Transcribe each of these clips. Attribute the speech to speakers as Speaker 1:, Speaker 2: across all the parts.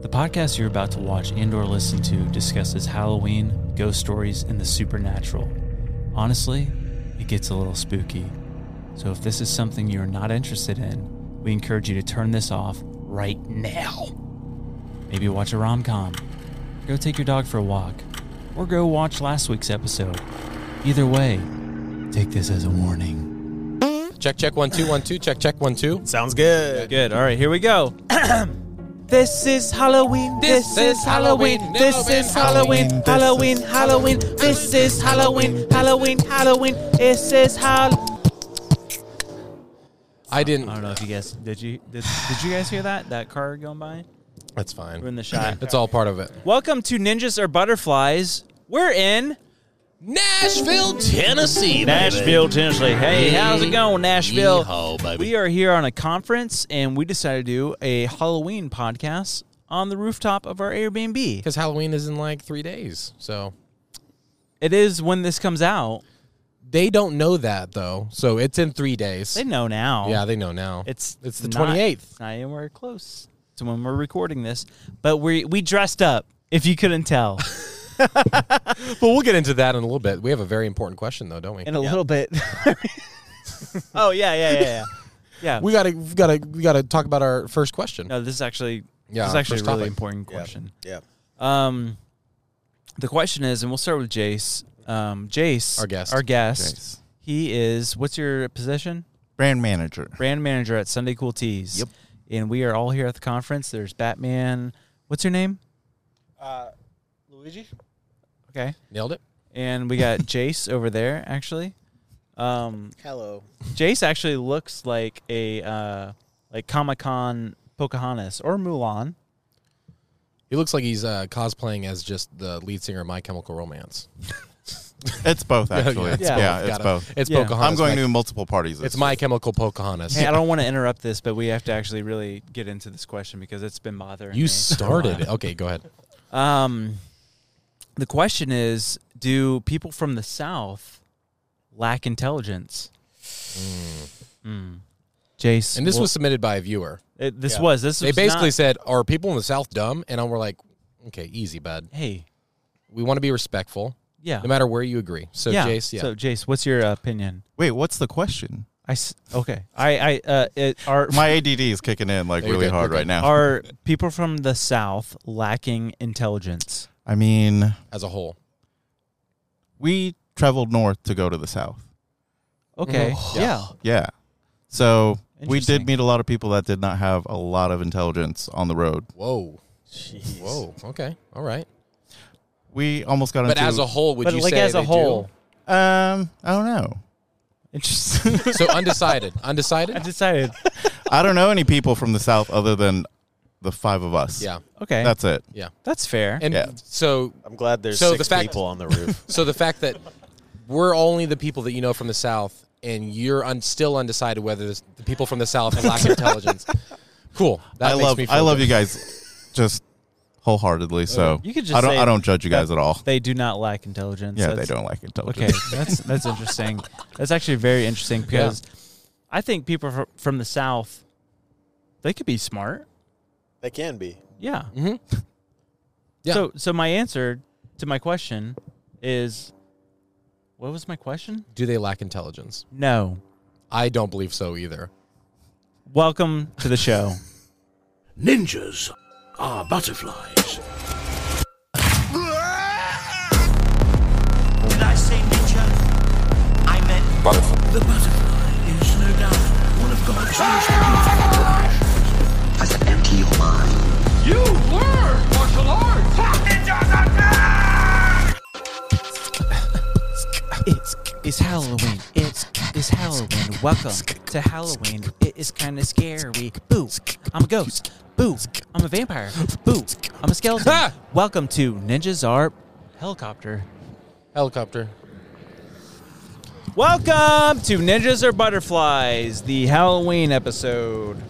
Speaker 1: The podcast you're about to watch and or listen to discusses Halloween, ghost stories, and the supernatural. Honestly, it gets a little spooky. So if this is something you're not interested in, we encourage you to turn this off right now. Maybe watch a rom-com, go take your dog for a walk, or go watch last week's episode. Either way, take this as a warning.
Speaker 2: Check, check, one, two, one, two. Check, check, one, two.
Speaker 3: Sounds good.
Speaker 1: Good. All right, here we go. this is Halloween. This is Halloween. This is Halloween. Halloween. Halloween. This is Halloween. Halloween. Halloween. This is Halloween.
Speaker 2: I didn't.
Speaker 1: I don't know if you guys did you did, did you guys hear that that car going by?
Speaker 2: That's
Speaker 1: We're in
Speaker 2: fine.
Speaker 1: the shot.
Speaker 2: It's all part of it.
Speaker 1: Welcome to Ninjas or Butterflies. We're in
Speaker 2: Nashville, Tennessee.
Speaker 1: Nashville, Tennessee. Hey, how's it going, Nashville?
Speaker 2: Yeehaw, baby.
Speaker 1: We are here on a conference, and we decided to do a Halloween podcast on the rooftop of our Airbnb.
Speaker 2: Because Halloween is in like three days. So
Speaker 1: It is when this comes out.
Speaker 2: they don't know that, though. So it's in three days.
Speaker 1: They know now.
Speaker 2: yeah, they know now.
Speaker 1: It's
Speaker 2: it's the
Speaker 1: not-
Speaker 2: 28th.
Speaker 1: It's not anywhere close to when we're recording this, but we we dressed up. If you couldn't tell,
Speaker 2: But we'll get into that in a little bit. We have a very important question, though, don't we?
Speaker 1: in a little bit. oh yeah, yeah, yeah, yeah. Yeah.
Speaker 2: We gotta, we gotta, we gotta talk about our first question.
Speaker 1: no, this is actually
Speaker 2: Yeah,
Speaker 1: this is actually a
Speaker 2: first
Speaker 1: really
Speaker 2: topic.
Speaker 1: important question.
Speaker 3: Yeah.
Speaker 1: Um, the question is, and we'll start with Jace. Um, Jace,
Speaker 2: Our guest.
Speaker 1: our guest.
Speaker 3: Jace.
Speaker 1: He is. What's your position?
Speaker 3: Brand manager.
Speaker 1: Brand manager at Sunday Cool Tees.
Speaker 3: Yep.
Speaker 1: And we are all here at the conference. There's Batman. What's your name?
Speaker 3: Luigi?
Speaker 1: Okay.
Speaker 2: Nailed it.
Speaker 1: and we got Jace over there actually. Um,
Speaker 3: Hello.
Speaker 1: Jace actually looks like a uh, like Comic Con Pocahontas or Mulan.
Speaker 2: He looks like he's uh, cosplaying as just the lead singer of My Chemical Romance.
Speaker 4: It's both, actually.
Speaker 2: yeah,
Speaker 4: Yeah,
Speaker 1: both.
Speaker 2: it's
Speaker 4: it's,
Speaker 2: Got it.
Speaker 4: both.
Speaker 2: It's
Speaker 1: Yeah.
Speaker 2: Pocahontas.
Speaker 4: I'm going
Speaker 2: Mike.
Speaker 4: to multiple parties. this
Speaker 2: It's My
Speaker 4: year.
Speaker 2: Chemical Pocahontas.
Speaker 1: Hey, I don't want to interrupt this, but we have to actually really get into this question because it's been bothering
Speaker 2: You
Speaker 1: me.
Speaker 2: started it. Okay, go ahead.
Speaker 1: Um, the question is: Do people from the South lack intelligence? Mm. Jace,
Speaker 2: Hmm. And this
Speaker 1: well,
Speaker 2: was submitted by a viewer.
Speaker 1: it- this
Speaker 3: yeah.
Speaker 1: was this.
Speaker 2: They
Speaker 1: was
Speaker 2: basically
Speaker 1: not-
Speaker 2: said, "Are people in the South dumb?" And we're like, "Okay, easy, bud.
Speaker 1: hey,
Speaker 2: We want to be respectful,
Speaker 1: yeah,
Speaker 2: no matter where you agree." So,
Speaker 1: yeah.
Speaker 2: Jace, yeah,
Speaker 1: So, Jace, what's your opinion?
Speaker 4: Wait, what's the question?
Speaker 1: I s- okay. I I uh, it, are
Speaker 4: My ADD is kicking in like
Speaker 2: No, you're
Speaker 4: really
Speaker 2: good,
Speaker 4: hard
Speaker 2: you're
Speaker 4: right
Speaker 2: good.
Speaker 4: now.
Speaker 1: are people from the South lacking intelligence?
Speaker 4: I mean,
Speaker 2: as a whole,
Speaker 4: we traveled north to go to the south.
Speaker 1: Okay, Mm-hmm. yeah.
Speaker 4: Yeah. So we
Speaker 1: Interesting.
Speaker 4: did meet a lot of people that did not have a lot of intelligence on the road.
Speaker 2: whoa,
Speaker 3: Jeez.
Speaker 2: whoa, okay, all right.
Speaker 4: We almost got
Speaker 2: But
Speaker 4: into
Speaker 2: as a whole, would
Speaker 1: But
Speaker 2: you
Speaker 1: like
Speaker 2: say
Speaker 1: as a
Speaker 2: they
Speaker 1: whole,
Speaker 4: um, I don't know.
Speaker 1: interesting.
Speaker 2: do? So undecided,
Speaker 1: I
Speaker 2: undecided.
Speaker 1: decided.
Speaker 4: I don't know any people from the south other than the five of us.
Speaker 2: Yeah,
Speaker 1: Okay, that's
Speaker 4: That's it.
Speaker 1: that's fair.
Speaker 2: and
Speaker 4: Yeah.
Speaker 2: so
Speaker 3: I'm glad there's
Speaker 2: So
Speaker 3: six
Speaker 2: the fact-
Speaker 3: people on the roof.
Speaker 2: so the fact that we're only the people that you know from the South, and you're un- still undecided whether this, the people from the South lack intelligence. Cool. That
Speaker 4: I
Speaker 2: makes
Speaker 4: love
Speaker 2: me feel
Speaker 4: I love
Speaker 2: good.
Speaker 4: you guys just wholeheartedly. So
Speaker 1: You could just
Speaker 4: I don't
Speaker 1: say
Speaker 4: I don't judge you guys at all.
Speaker 1: they do not lack intelligence.
Speaker 4: Yeah, they
Speaker 1: That's-
Speaker 4: don't like intelligence.
Speaker 1: Okay, that's that's interesting. That's actually very interesting because I think people fr- from the South they could be smart.
Speaker 3: they can be.
Speaker 1: Yeah.
Speaker 2: Yeah.
Speaker 1: So so my answer to my question is, what was my question?
Speaker 2: Do they lack intelligence?
Speaker 1: No.
Speaker 2: I don't believe so either.
Speaker 1: Welcome to the show.
Speaker 5: Ninjas are butterflies.
Speaker 6: Did I say ninja? I meant butterfly. The butterfly is no doubt one of God's most beautiful creations. Has an empty your mind. You learn martial arts. Ninjas are
Speaker 1: It's it's Halloween. It's it's Halloween. Welcome to Halloween. It is kind of scary. Boo! I'm a ghost. Boo! I'm a vampire. Boo! I'm a skeleton.
Speaker 2: Ha!
Speaker 1: Welcome to Ninjas Are Helicopter.
Speaker 2: Helicopter.
Speaker 1: Welcome to Ninjas Are Butterflies, the Halloween episode.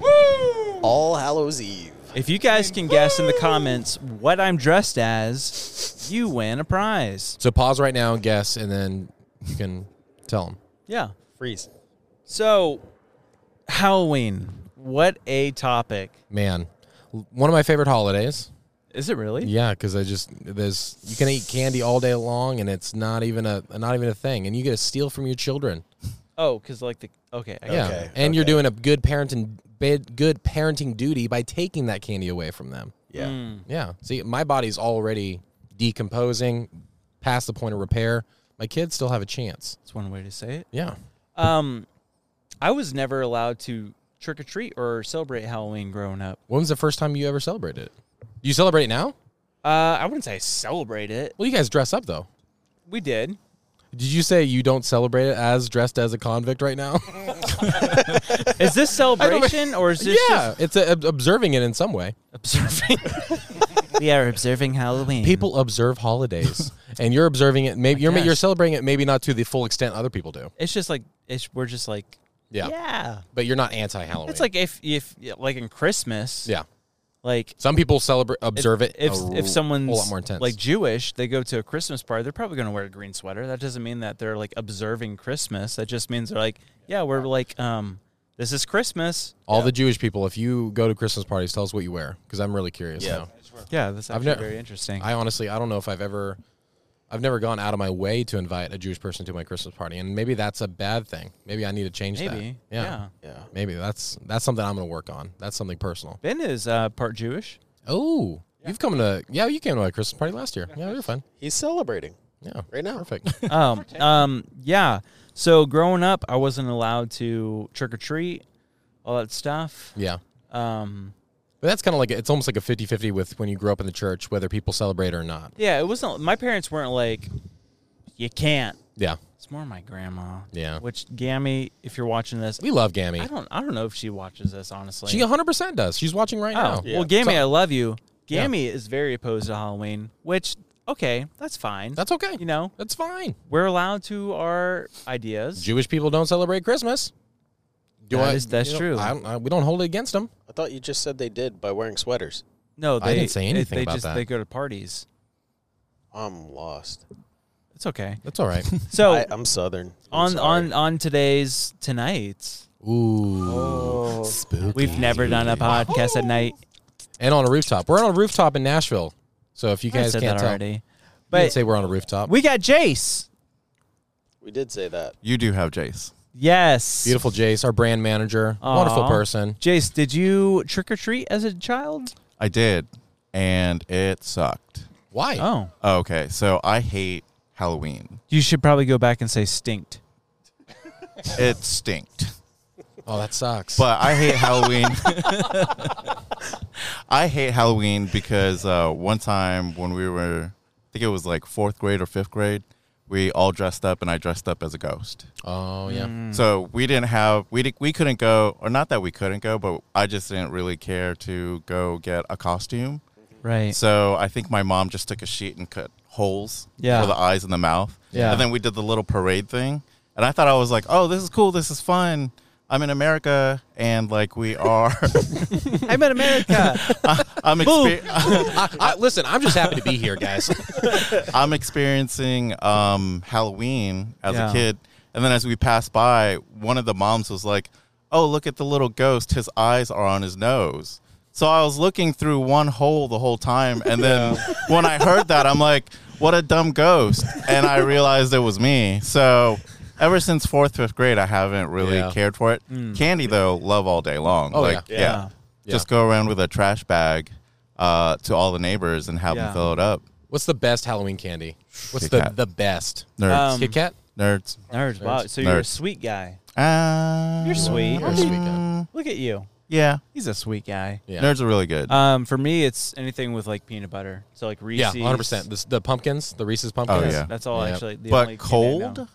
Speaker 3: All Hallows Eve.
Speaker 1: If you guys can guess in the comments what I'm dressed as, you win a prize.
Speaker 2: So pause right now and guess, and then you can tell them.
Speaker 1: Yeah.
Speaker 3: Freeze.
Speaker 1: So, Halloween. What a topic.
Speaker 2: Man, l- one of my favorite holidays.
Speaker 1: Is it really?
Speaker 2: Yeah, because I just there's you can eat candy all day long and it's not even a not even a thing, and you get to steal from your children.
Speaker 1: Oh, because like the okay, I
Speaker 2: Yeah,
Speaker 1: got it.
Speaker 3: Okay,
Speaker 2: and you're
Speaker 3: okay.
Speaker 2: doing a good parenting bad, good parenting duty by taking that candy away from them.
Speaker 3: Yeah.
Speaker 1: Mm.
Speaker 2: Yeah, see, my body's already decomposing, past the point of repair. My kids still have a chance.
Speaker 1: that's one way to say it.
Speaker 2: Yeah,
Speaker 1: Um, I was never allowed to trick or treat or celebrate Halloween growing up.
Speaker 2: when was the first time you ever celebrated it? You celebrate it now?
Speaker 1: Uh, I wouldn't say I celebrate it.
Speaker 2: Well, you guys dress up though.
Speaker 1: We did.
Speaker 2: Did you say you don't celebrate it as dressed as a convict right now?
Speaker 1: Is this celebration or is this
Speaker 2: yeah, it's uh ob- observing it in some way.
Speaker 1: just observing? we are observing Halloween.
Speaker 2: people observe holidays and you're observing it maybe you're,
Speaker 1: Mm-hmm. guess.
Speaker 2: you're celebrating it maybe not to the full extent other people do
Speaker 1: it's just like it's we're just like
Speaker 2: yeah,
Speaker 1: yeah.
Speaker 2: but you're not anti-halloween
Speaker 1: It's like if if yeah, like in Christmas,
Speaker 2: yeah
Speaker 1: like
Speaker 2: some people celebrate
Speaker 1: if-
Speaker 2: observe it
Speaker 1: If
Speaker 2: a r-
Speaker 1: if someone's
Speaker 2: whole lot more intense
Speaker 1: like Jewish, they go to a Christmas party. They're probably going to wear a green sweater. That doesn't mean that they're like observing Christmas. That just means they're like, yeah, we're like, um, this is Christmas.
Speaker 2: all the jewish people if you go to christmas parties tell us what you wear because i'm really curious
Speaker 3: Yeah.
Speaker 2: now
Speaker 1: Yeah, that's
Speaker 2: I've
Speaker 1: actually
Speaker 2: never-
Speaker 1: very interesting.
Speaker 2: i honestly i don't know if i've ever i've never gone out of my way to invite a jewish person to my christmas party and maybe that's a bad thing maybe i need to change that
Speaker 1: Maybe, yeah.
Speaker 3: Yeah.
Speaker 2: maybe that's that's something i'm gonna work on that's something personal
Speaker 1: Ben is uh, part Jewish.
Speaker 2: oh you've come to yeah you came to my christmas party last year yeah you're fun
Speaker 3: He's celebrating
Speaker 2: yeah
Speaker 3: right now.
Speaker 2: perfect
Speaker 1: Um, um, yeah. So growing up, I wasn't allowed to trick or treat, all that stuff.
Speaker 2: Yeah.
Speaker 1: Um,
Speaker 2: But that's kind of like it's almost like a 50-50 with when you grow up in the church whether people celebrate or not.
Speaker 1: yeah, it wasn't. My parents weren't like, you can't.
Speaker 2: Yeah.
Speaker 1: It's more my grandma.
Speaker 2: Yeah.
Speaker 1: Which Gammy, if you're watching this,
Speaker 2: We love Gammy.
Speaker 1: I don't I don't know if she watches this honestly.
Speaker 2: She 100% does. She's watching right
Speaker 1: oh,
Speaker 2: now.
Speaker 1: well Gammy,
Speaker 2: So-
Speaker 1: I love you. Gammy is very opposed to Halloween, which okay, that's fine.
Speaker 2: That's okay.
Speaker 1: you know,
Speaker 2: That's fine.
Speaker 1: we're allowed to our ideas.
Speaker 2: Jewish people don't celebrate Christmas. Do
Speaker 1: That is- that's
Speaker 2: you know,
Speaker 1: true.
Speaker 2: I don't, I, we don't hold it against them.
Speaker 3: I thought you just said they did by wearing sweaters.
Speaker 1: no, they
Speaker 2: I didn't say anything
Speaker 1: they
Speaker 2: about
Speaker 1: just
Speaker 2: that.
Speaker 1: they go to parties.
Speaker 3: I'm lost.
Speaker 1: It's okay.
Speaker 2: That's all right.
Speaker 1: So
Speaker 3: I, I'm Southern.
Speaker 1: Oh.
Speaker 3: I'm
Speaker 1: on
Speaker 3: sorry.
Speaker 1: on on today's tonight's Oh.
Speaker 2: Ooh. Spooky.
Speaker 1: we've never done a podcast at night.
Speaker 2: And on a rooftop. We're on a rooftop in Nashville. So if you
Speaker 1: I
Speaker 2: guys
Speaker 1: said
Speaker 2: can't
Speaker 1: that
Speaker 2: tell,
Speaker 1: already.
Speaker 2: we didn't
Speaker 1: But
Speaker 2: say we're on a rooftop.
Speaker 1: we got Jace.
Speaker 3: we did say that.
Speaker 4: You do have Jace.
Speaker 1: Yes.
Speaker 2: Beautiful Jace, our brand manager, wonderful
Speaker 1: Aw.
Speaker 2: person.
Speaker 1: Jace, did you trick or treat as a child?
Speaker 4: I did, and it sucked.
Speaker 2: Why?
Speaker 1: Oh.
Speaker 4: Okay, so I hate Halloween.
Speaker 1: You should probably go back and say stinked.
Speaker 4: It stinked.
Speaker 2: Oh, that sucks.
Speaker 4: But I hate Halloween. I hate Halloween because uh, one time when we were, I think it was like fourth grade or fifth grade, we all dressed up and I dressed up as a ghost.
Speaker 2: oh, yeah.
Speaker 1: Mm.
Speaker 4: So we didn't have, we, di- we couldn't go, or not that we couldn't go, but I just didn't really care to go get a costume.
Speaker 1: Right.
Speaker 4: So I think my mom just took a sheet and cut holes
Speaker 1: Yeah.
Speaker 4: for the eyes and the mouth.
Speaker 2: Yeah.
Speaker 4: And then we did the little parade thing. And I thought I was like, oh, this is cool. This is fun. I'm in America and like we are.
Speaker 1: I'm in America.
Speaker 4: I'm, exper-
Speaker 2: I, I, listen, I'm just happy to be here, guys.
Speaker 4: I'm experiencing um, Halloween as
Speaker 1: Yeah.
Speaker 4: a kid. And then as we passed by, one of the moms was like, oh, look at the little ghost. His eyes are on his nose. So I was looking through one hole the whole time. And then when I heard that, I'm like, what a dumb ghost. And I realized it was me. So ever since fourth, fifth grade, I haven't really
Speaker 2: Yeah.
Speaker 4: cared for it. Candy, though, love all day long.
Speaker 2: Oh,
Speaker 4: like,
Speaker 2: yeah.
Speaker 4: yeah.
Speaker 1: Hmm. Yeah.
Speaker 4: Just go around with a trash bag uh, to all the neighbors and have
Speaker 1: Yeah.
Speaker 4: them fill it up.
Speaker 2: What's the best Halloween candy? What's
Speaker 4: Kit
Speaker 2: the,
Speaker 4: Kat.
Speaker 2: the best?
Speaker 4: Nerds.
Speaker 1: Um,
Speaker 2: Kit Kat?
Speaker 4: Nerds.
Speaker 1: Nerds. Wow. So you're a
Speaker 4: Nerds.
Speaker 1: sweet guy.
Speaker 4: Uh,
Speaker 1: You're sweet.
Speaker 2: Or sweet Kat?
Speaker 1: Look at you.
Speaker 4: Yeah.
Speaker 1: He's a sweet guy.
Speaker 2: Yeah.
Speaker 4: Nerds are really good.
Speaker 1: Um, for me, it's anything with like peanut butter. So like
Speaker 2: yeah,
Speaker 1: Reese's.
Speaker 2: 100%. The, the pumpkins, the Reese's pumpkins.
Speaker 4: Oh, yeah.
Speaker 1: That's all
Speaker 2: Yeah.
Speaker 1: actually. The only
Speaker 4: but
Speaker 1: candy I know.
Speaker 4: cold?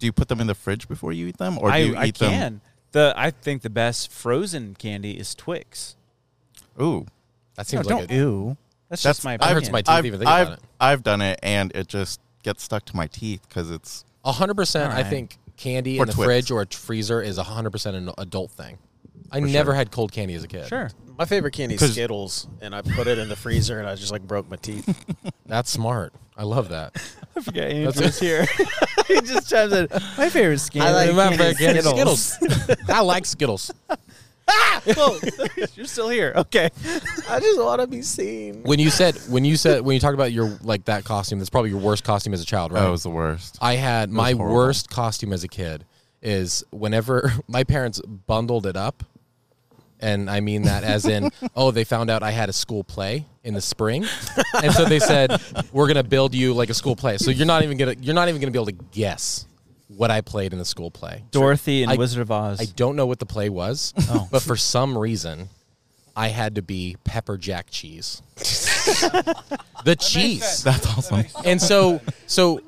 Speaker 4: Do you put them in the fridge before you eat them? Or do
Speaker 1: I,
Speaker 4: you
Speaker 1: I
Speaker 4: eat
Speaker 1: can. The I think the best frozen candy is Twix.
Speaker 4: them? Ooh.
Speaker 2: That seems like it.
Speaker 1: ooh. That's,
Speaker 4: That's-
Speaker 1: just my
Speaker 4: I
Speaker 1: opinion.
Speaker 4: heard
Speaker 2: hurts my teeth
Speaker 4: I've,
Speaker 2: even think
Speaker 4: I've,
Speaker 2: about it.
Speaker 4: I've done it and it just gets stuck to my teeth because it's.
Speaker 2: 100%. I
Speaker 1: Alright.
Speaker 2: think candy
Speaker 4: Or
Speaker 2: in the
Speaker 4: Twix.
Speaker 2: fridge or a t- freezer is 100% an adult thing. I never had cold candy as a kid.
Speaker 1: Sure.
Speaker 3: My favorite candy is
Speaker 4: 'Cause-
Speaker 3: Skittles, and I put it in the freezer, and I just like broke my teeth.
Speaker 2: That's smart. I love that.
Speaker 1: I forget Andrew's here. he just chimes in. My favorite candy.
Speaker 3: I like
Speaker 2: My favorite candy, Skittles. I like Skittles.
Speaker 3: Whoa, you're still here. Okay. I just want to be seen.
Speaker 2: When you said when you said when you talked about your like that costume, that's probably your worst costume as a child, right?
Speaker 4: That was the worst.
Speaker 2: I had my
Speaker 4: horrible.
Speaker 2: worst costume as a kid is whenever my parents bundled it up. And I mean that as in, oh, they found out I had a school play in the spring, and so they said we're gonna build you like a school play. So you're not even gonna you're not even gonna be able to guess what I played in the school play.
Speaker 1: Dorothy and
Speaker 2: I-
Speaker 1: Wizard of Oz.
Speaker 2: I don't know what the play was, but for some reason, I had to be pepper jack cheese. the cheese,
Speaker 4: That's awesome.
Speaker 2: and so so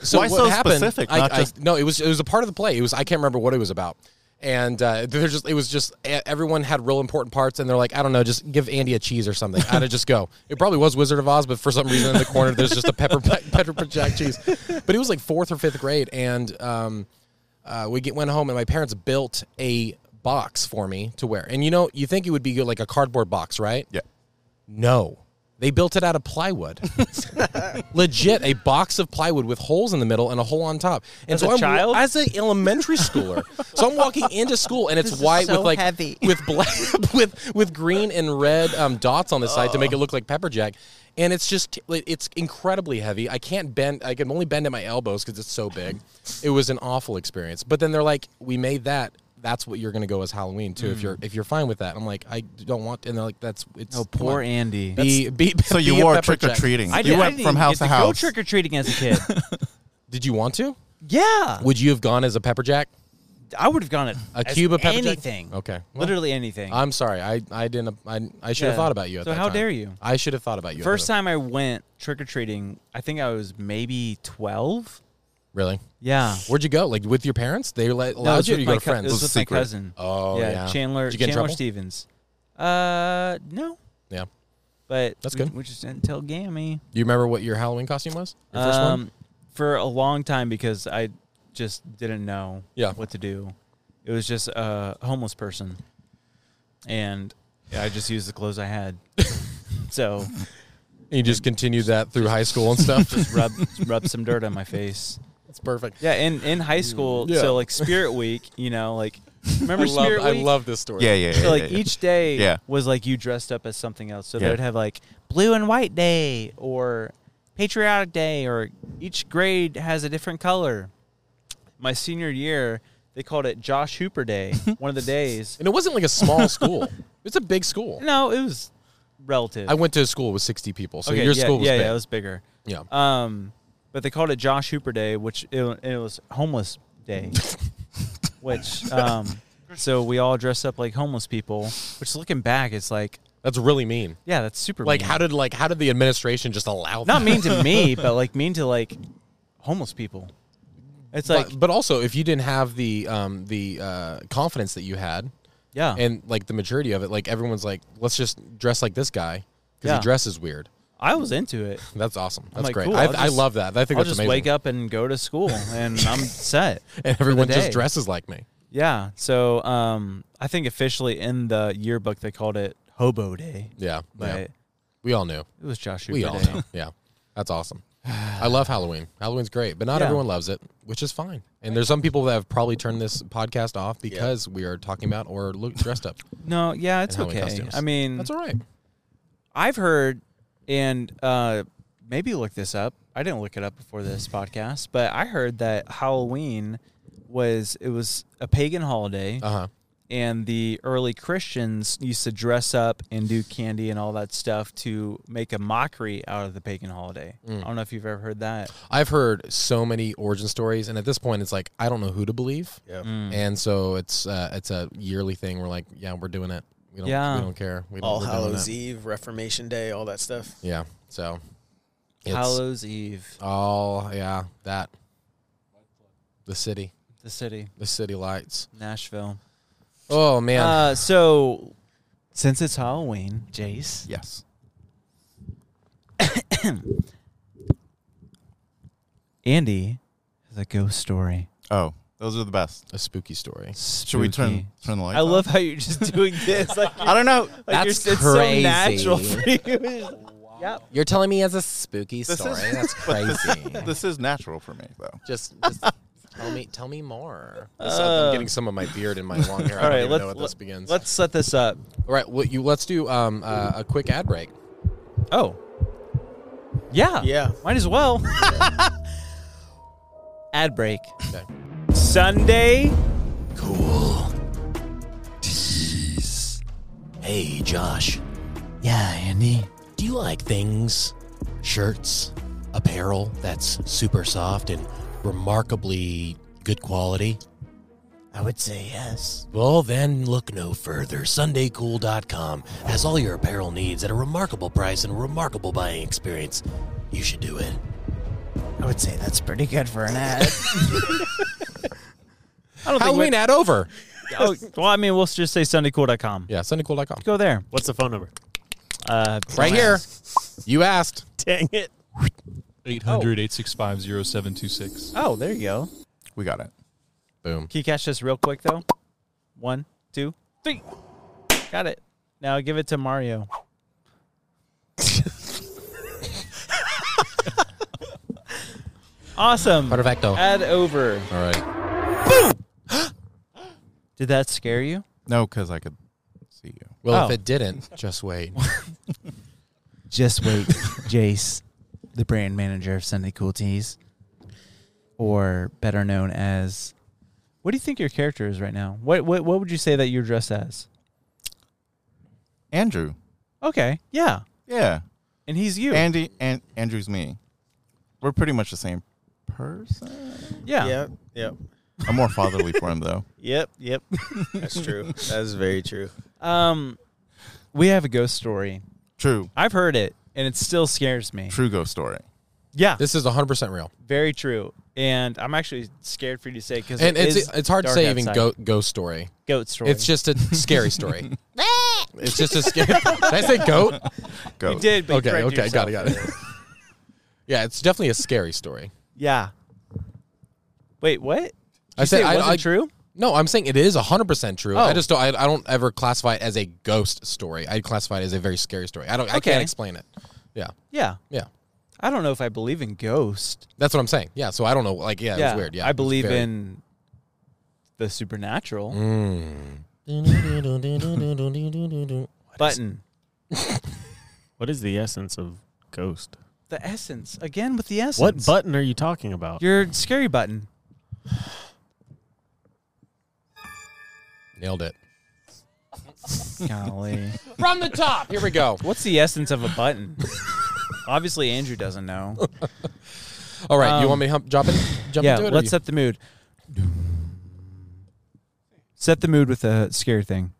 Speaker 2: so
Speaker 4: Why
Speaker 2: what
Speaker 4: so
Speaker 2: happened?
Speaker 4: specific,
Speaker 2: I,
Speaker 4: not
Speaker 2: I-
Speaker 4: just-
Speaker 2: no, it was it was a part of the play. It was I can't remember what it was about. And uh, there's just it was just e- everyone had real important parts, and they're like, I don't know, just give Andy a cheese or something. I'd just go. It probably was Wizard of Oz, but for some reason in the corner there's just a pepper pepper jack cheese. But it was like fourth or fifth grade, and um, uh, we get, went home and my parents built a box for me to wear. And you know, you think it would be like a cardboard box, right?
Speaker 4: Yeah.
Speaker 2: No. They built it out of plywood. Legit, a box of plywood with holes in the middle and a hole on top. And
Speaker 3: As
Speaker 2: so
Speaker 3: a
Speaker 2: I'm
Speaker 3: child?
Speaker 2: as an elementary schooler. so I'm walking into school and it's
Speaker 7: This is
Speaker 2: white
Speaker 7: so
Speaker 2: with like
Speaker 7: heavy.
Speaker 2: with black with with green and red um, dots on the side to make it look like pepper jack. And it's just like, it's incredibly heavy. I can't bend. I can only bend at my elbows because it's so big. It was an awful experience. But then they're like, "We made that. That's what you're gonna go as Halloween too. If you're if you're fine with that." I'm like, "I don't want." And they're like, "That's it's
Speaker 1: oh,
Speaker 2: come
Speaker 1: poor
Speaker 2: on."
Speaker 1: Andy.
Speaker 2: Be, be,
Speaker 4: So
Speaker 2: be
Speaker 4: you
Speaker 2: a
Speaker 4: were
Speaker 2: pepper
Speaker 4: trick or
Speaker 2: jack.
Speaker 4: treating.
Speaker 1: I
Speaker 4: You
Speaker 1: did- I
Speaker 4: went
Speaker 1: didn't
Speaker 4: from
Speaker 1: even
Speaker 4: house
Speaker 1: get
Speaker 4: to
Speaker 1: go
Speaker 4: house.
Speaker 1: trick or treating as a kid.
Speaker 2: Did you want to?
Speaker 1: yeah,
Speaker 2: Would you have gone as a pepper jack?
Speaker 1: I would have gone at
Speaker 2: A
Speaker 1: as
Speaker 2: cube of pepper jack?
Speaker 1: anything.
Speaker 2: Okay. Well,
Speaker 1: literally anything.
Speaker 2: I'm sorry. I, I didn't. I, I should
Speaker 1: Yeah.
Speaker 2: have thought about you. At
Speaker 1: So
Speaker 2: that
Speaker 1: how
Speaker 2: time.
Speaker 1: dare you?
Speaker 2: I should have thought about you. at
Speaker 1: First
Speaker 2: that-
Speaker 1: time I went trick or treating, I think I was maybe twelve.
Speaker 2: Really?
Speaker 1: Yeah,
Speaker 2: Where'd you go? Like with your parents? They let,
Speaker 1: No, it
Speaker 2: allowed
Speaker 1: was
Speaker 2: you
Speaker 1: with
Speaker 2: to
Speaker 1: my
Speaker 2: go to
Speaker 1: cou-
Speaker 2: friends.
Speaker 1: It was with my
Speaker 4: secret.
Speaker 1: cousin.
Speaker 2: Oh, yeah.
Speaker 1: Chandler.
Speaker 2: Did you get in
Speaker 1: Chandler
Speaker 2: trouble?
Speaker 1: Stevens. Uh, no,
Speaker 2: yeah.
Speaker 1: but
Speaker 2: That's
Speaker 1: we-
Speaker 2: good.
Speaker 1: We just didn't tell Gammy.
Speaker 2: Do you remember what your Halloween costume was? Your first
Speaker 1: Um,
Speaker 2: one.
Speaker 1: for a long time because I just didn't know
Speaker 2: Yeah.
Speaker 1: what to do. It was just a homeless person, and I just used the clothes I had. so
Speaker 2: And you just continued that through high school and stuff.
Speaker 1: just rub rub some dirt on my face.
Speaker 2: That's perfect.
Speaker 1: Yeah, in in high school,
Speaker 2: Yeah.
Speaker 1: so like Spirit Week, you know, like remember
Speaker 2: I love.
Speaker 1: Spirit
Speaker 2: I
Speaker 1: Week?
Speaker 2: love this story.
Speaker 4: Yeah, yeah, yeah.
Speaker 1: So
Speaker 4: yeah,
Speaker 1: like
Speaker 4: yeah.
Speaker 1: each day
Speaker 4: Yeah.
Speaker 1: was like you dressed up as something else. So
Speaker 4: Yeah.
Speaker 1: they would have like blue and white day or patriotic day or each grade has a different color. My senior year, they called it Josh Hooper Day, one of the days.
Speaker 2: And it wasn't like a small school. It's a big school.
Speaker 1: No, it was relative.
Speaker 2: I went to a school with 60 people, so
Speaker 1: Okay,
Speaker 2: your
Speaker 1: yeah,
Speaker 2: school was
Speaker 1: yeah,
Speaker 2: big.
Speaker 1: yeah, it was bigger.
Speaker 2: Yeah.
Speaker 1: Um, but they called it Josh Hooper Day, which it, and it was homeless day, which um, so we all dressed up like homeless people. Which looking back, it's like,
Speaker 2: That's really mean.
Speaker 1: yeah, that's super.
Speaker 2: Like
Speaker 1: mean.
Speaker 2: how did like how did the administration just allow that?
Speaker 1: not mean to me, but like mean to like homeless people. It's like,
Speaker 2: but, but also if you didn't have the um the uh confidence that you had
Speaker 1: yeah,
Speaker 2: and like the maturity of it like everyone's like let's just dress like this guy because
Speaker 1: Yeah.
Speaker 2: he dresses weird
Speaker 1: I was into it.
Speaker 2: that's awesome that's
Speaker 1: like,
Speaker 2: great
Speaker 1: cool,
Speaker 2: I,
Speaker 1: I'll
Speaker 2: I
Speaker 1: just-
Speaker 2: love that i think
Speaker 1: I'll
Speaker 2: that's
Speaker 1: just
Speaker 2: amazing
Speaker 1: wake up and go to school, and I'm set.
Speaker 2: and everyone
Speaker 1: day.
Speaker 2: just dresses like me
Speaker 1: Yeah. So, um, I think officially in the yearbook they called it Hobo Day,
Speaker 2: yeah
Speaker 1: but
Speaker 2: yeah we all knew
Speaker 1: it was Josh Hooper
Speaker 2: we all
Speaker 1: Day.
Speaker 2: know yeah that's awesome i love halloween halloween's great but not
Speaker 1: Yeah.
Speaker 2: everyone loves it which is fine and there's some people that have probably turned this podcast off because we are talking about or look dressed up
Speaker 1: No, yeah, it's
Speaker 2: Halloween
Speaker 1: okay.
Speaker 2: costumes.
Speaker 1: I mean,
Speaker 2: that's all right
Speaker 1: I've heard, and uh, maybe look this up. I didn't look it up before this podcast, but I heard that Halloween was it was a pagan holiday,
Speaker 2: uh-huh
Speaker 1: and the early Christians used to dress up and do candy and all that stuff to make a mockery out of the pagan holiday. I don't know if you've ever heard that.
Speaker 2: I've heard so many origin stories, and at this point, it's like I don't know who to believe.
Speaker 3: Yeah.
Speaker 1: Mm.
Speaker 2: And so it's uh, it's a yearly thing. We're like, yeah, we're doing it. We don't,
Speaker 1: Yeah.
Speaker 2: we don't care. We don't,
Speaker 3: All
Speaker 2: we're doing
Speaker 3: Hallows
Speaker 2: it.
Speaker 3: Eve, Reformation Day, all that stuff.
Speaker 2: Yeah. So it's
Speaker 1: Hallows Eve,
Speaker 2: all yeah that the city,
Speaker 1: the city,
Speaker 2: the city lights.
Speaker 1: Nashville.
Speaker 2: Oh man,
Speaker 1: Uh, so since it's Halloween, Jace,
Speaker 4: yes.
Speaker 1: Andy has a ghost story.
Speaker 4: Oh, those are the best.
Speaker 2: a spooky story.
Speaker 4: Should we turn turn the light?
Speaker 1: I love how you're just doing this. Like,
Speaker 4: I don't know.
Speaker 1: like
Speaker 2: That's
Speaker 1: you're,
Speaker 2: crazy.
Speaker 1: It's so natural for you.
Speaker 2: You're telling me as a spooky
Speaker 4: This is-
Speaker 2: That's
Speaker 4: but
Speaker 2: crazy.
Speaker 4: This is natural for me though.
Speaker 2: just, just Tell me, tell me more. Uh. This- I'm getting some of my beard in my long hair. I
Speaker 1: All
Speaker 2: don't
Speaker 1: right,
Speaker 2: even
Speaker 1: let's
Speaker 2: know what this
Speaker 1: let,
Speaker 2: begins.
Speaker 1: let's set this up.
Speaker 2: All right, well, you, let's do um, uh, a quick ad break.
Speaker 1: Oh. Yeah.
Speaker 3: Yeah.
Speaker 1: Might as well. Ad break.
Speaker 2: Okay.
Speaker 1: Sunday.
Speaker 8: Cool. Jeez. Hey, Josh.
Speaker 2: Yeah, Andy.
Speaker 8: Do you like things, shirts, apparel that's super soft and remarkably good quality?
Speaker 3: I would say yes.
Speaker 8: Well, then look no further. SundayCool.com has all your apparel needs at a remarkable price and a remarkable buying experience. You should do it.
Speaker 3: I would say that's pretty good for an ad.
Speaker 1: I don't
Speaker 2: Halloween ad over.
Speaker 1: think. we- oh, well, I mean, we'll just say SundayCool.com.
Speaker 2: Yeah, sundaycool.com.
Speaker 1: Go there.
Speaker 3: What's the phone number?
Speaker 1: Uh,
Speaker 2: Right here. You asked.
Speaker 3: Dang it.
Speaker 9: 800-865-0726.
Speaker 1: Oh, there you go.
Speaker 4: We got it.
Speaker 2: Boom.
Speaker 1: Can you catch this real quick though? One, two, three. Got it. Now give it to Mario. awesome.
Speaker 2: Perfecto.
Speaker 1: Add over.
Speaker 2: All right.
Speaker 1: Did that scare you?
Speaker 4: No, because I could see you.
Speaker 2: Well, if
Speaker 1: Oh.
Speaker 2: it didn't, just wait.
Speaker 10: Just wait.
Speaker 1: Jace, the brand manager of Sunday Cool Teas, or better known as, what do you think your character is right now? What what what would you say that you're dressed as?
Speaker 4: Andrew.
Speaker 1: Okay, yeah,
Speaker 4: Yeah.
Speaker 1: and he's you.
Speaker 4: Andy and Andrew's me. We're pretty much the same person.
Speaker 1: yeah.
Speaker 3: Yep. Yep.
Speaker 4: I'm more fatherly for him though.
Speaker 3: Yep. Yep. That's true. That is very true.
Speaker 1: Um, we have a ghost story.
Speaker 4: True.
Speaker 1: I've heard it, and it still scares me.
Speaker 4: True ghost story.
Speaker 1: Yeah,
Speaker 2: This is 100% real.
Speaker 1: very true. And I'm actually scared for you to say because
Speaker 2: And
Speaker 1: it
Speaker 2: it's
Speaker 1: is
Speaker 2: it's hard to
Speaker 1: dark
Speaker 2: say even
Speaker 1: outside.
Speaker 2: go, ghost story.
Speaker 1: goat story.
Speaker 2: It's just a scary story. it's just a scary. Did I say goat?
Speaker 4: Ghost.
Speaker 1: you did, but you
Speaker 2: Okay,
Speaker 1: corrected
Speaker 2: okay, got
Speaker 1: yourself.
Speaker 2: it, got it. yeah, it's definitely a scary story.
Speaker 1: Yeah. Wait, what? Did
Speaker 2: I
Speaker 1: you
Speaker 2: said
Speaker 1: say it
Speaker 2: I-
Speaker 1: wasn't
Speaker 2: I-
Speaker 1: true.
Speaker 2: No, I'm saying it is 100% true.
Speaker 1: Oh.
Speaker 2: I just don't I, I don't ever classify it as a ghost story. I classify it as a very scary story. I don't I
Speaker 1: Okay.
Speaker 2: can't explain it. Yeah.
Speaker 1: Yeah.
Speaker 2: Yeah.
Speaker 1: I don't know if I believe in ghosts.
Speaker 2: That's what I'm saying. Yeah, so I don't know like yeah, it was weird. Yeah.
Speaker 1: I
Speaker 2: it was
Speaker 1: believe
Speaker 2: very-
Speaker 1: in the supernatural.
Speaker 2: Mm.
Speaker 1: Button.
Speaker 3: What is the essence of ghost?
Speaker 1: The essence. Again with the essence.
Speaker 3: What button are you talking about?
Speaker 1: Your scary button.
Speaker 2: nailed it.
Speaker 1: Golly.
Speaker 2: From the top. Here we go.
Speaker 1: What's the essence of a button? Obviously Andrew doesn't know.
Speaker 2: All right, you
Speaker 1: Um,
Speaker 2: want me to hump, jump in, jump
Speaker 1: yeah,
Speaker 2: into it? or
Speaker 1: let's
Speaker 2: you-
Speaker 1: set the mood. Set the mood with a scary thing.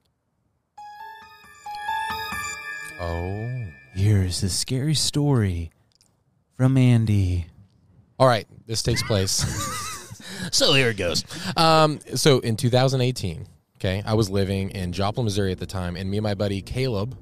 Speaker 2: Oh.
Speaker 1: Here is the scary story from Andy.
Speaker 2: All right, this takes place.
Speaker 8: So here it goes.
Speaker 2: um, so in 2018, okay, I was living in Joplin, Missouri at the time, and me and my buddy Caleb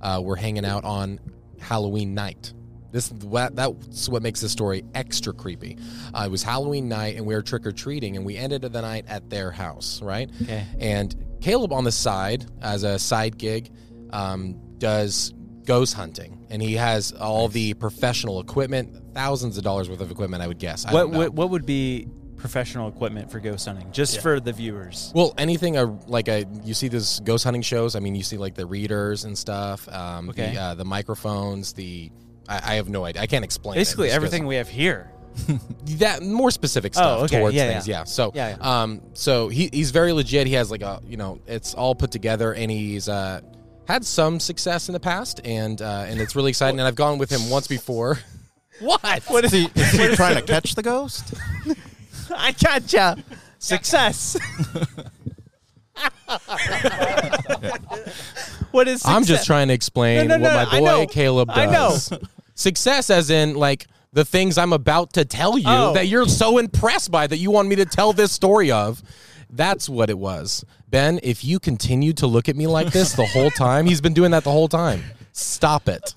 Speaker 2: uh, were hanging out on Halloween night. This that, that's what makes this story extra creepy. Uh, it was Halloween night, and we were trick or treating, and we ended the night at their house, right?
Speaker 1: Okay.
Speaker 2: And Caleb on the side as a side gig um, does ghost hunting, and he has all the professional equipment, thousands of dollars worth of equipment, I would guess. I
Speaker 1: What,
Speaker 2: don't know.
Speaker 1: what what would be professional equipment for ghost hunting? Just for the viewers.
Speaker 2: Well, anything uh, like a, you see those ghost hunting shows. I mean, you see like the readers and stuff, um,
Speaker 1: Okay.
Speaker 2: the, uh, the microphones, the. I, I have no idea. I can't explain. it.
Speaker 1: Basically
Speaker 2: It's just-
Speaker 1: everything we have here.
Speaker 2: that more specific
Speaker 1: Oh,
Speaker 2: stuff
Speaker 1: okay.
Speaker 2: towards
Speaker 1: Yeah,
Speaker 2: things.
Speaker 1: yeah.
Speaker 2: Yeah. So,
Speaker 1: Yeah,
Speaker 2: um, so he, he's very legit. He has like a, you know, it's all put together, and he's uh, had some success in the past, and uh, and it's really exciting. and I've gone with him once before.
Speaker 1: What?
Speaker 4: What is he is he trying to catch the ghost?
Speaker 1: I gotcha. Success. what is success?
Speaker 2: I'm just trying to explain
Speaker 1: No, no,
Speaker 2: what
Speaker 1: no,
Speaker 2: my
Speaker 1: I
Speaker 2: boy
Speaker 1: know.
Speaker 2: Caleb
Speaker 1: I
Speaker 2: does. Success, as in like the things I'm about to tell you
Speaker 1: Oh.
Speaker 2: that you're so impressed by that you want me to tell this story of. That's what it was. Ben, if you continue to look at me like this the whole time, he's been doing that the whole time. Stop it.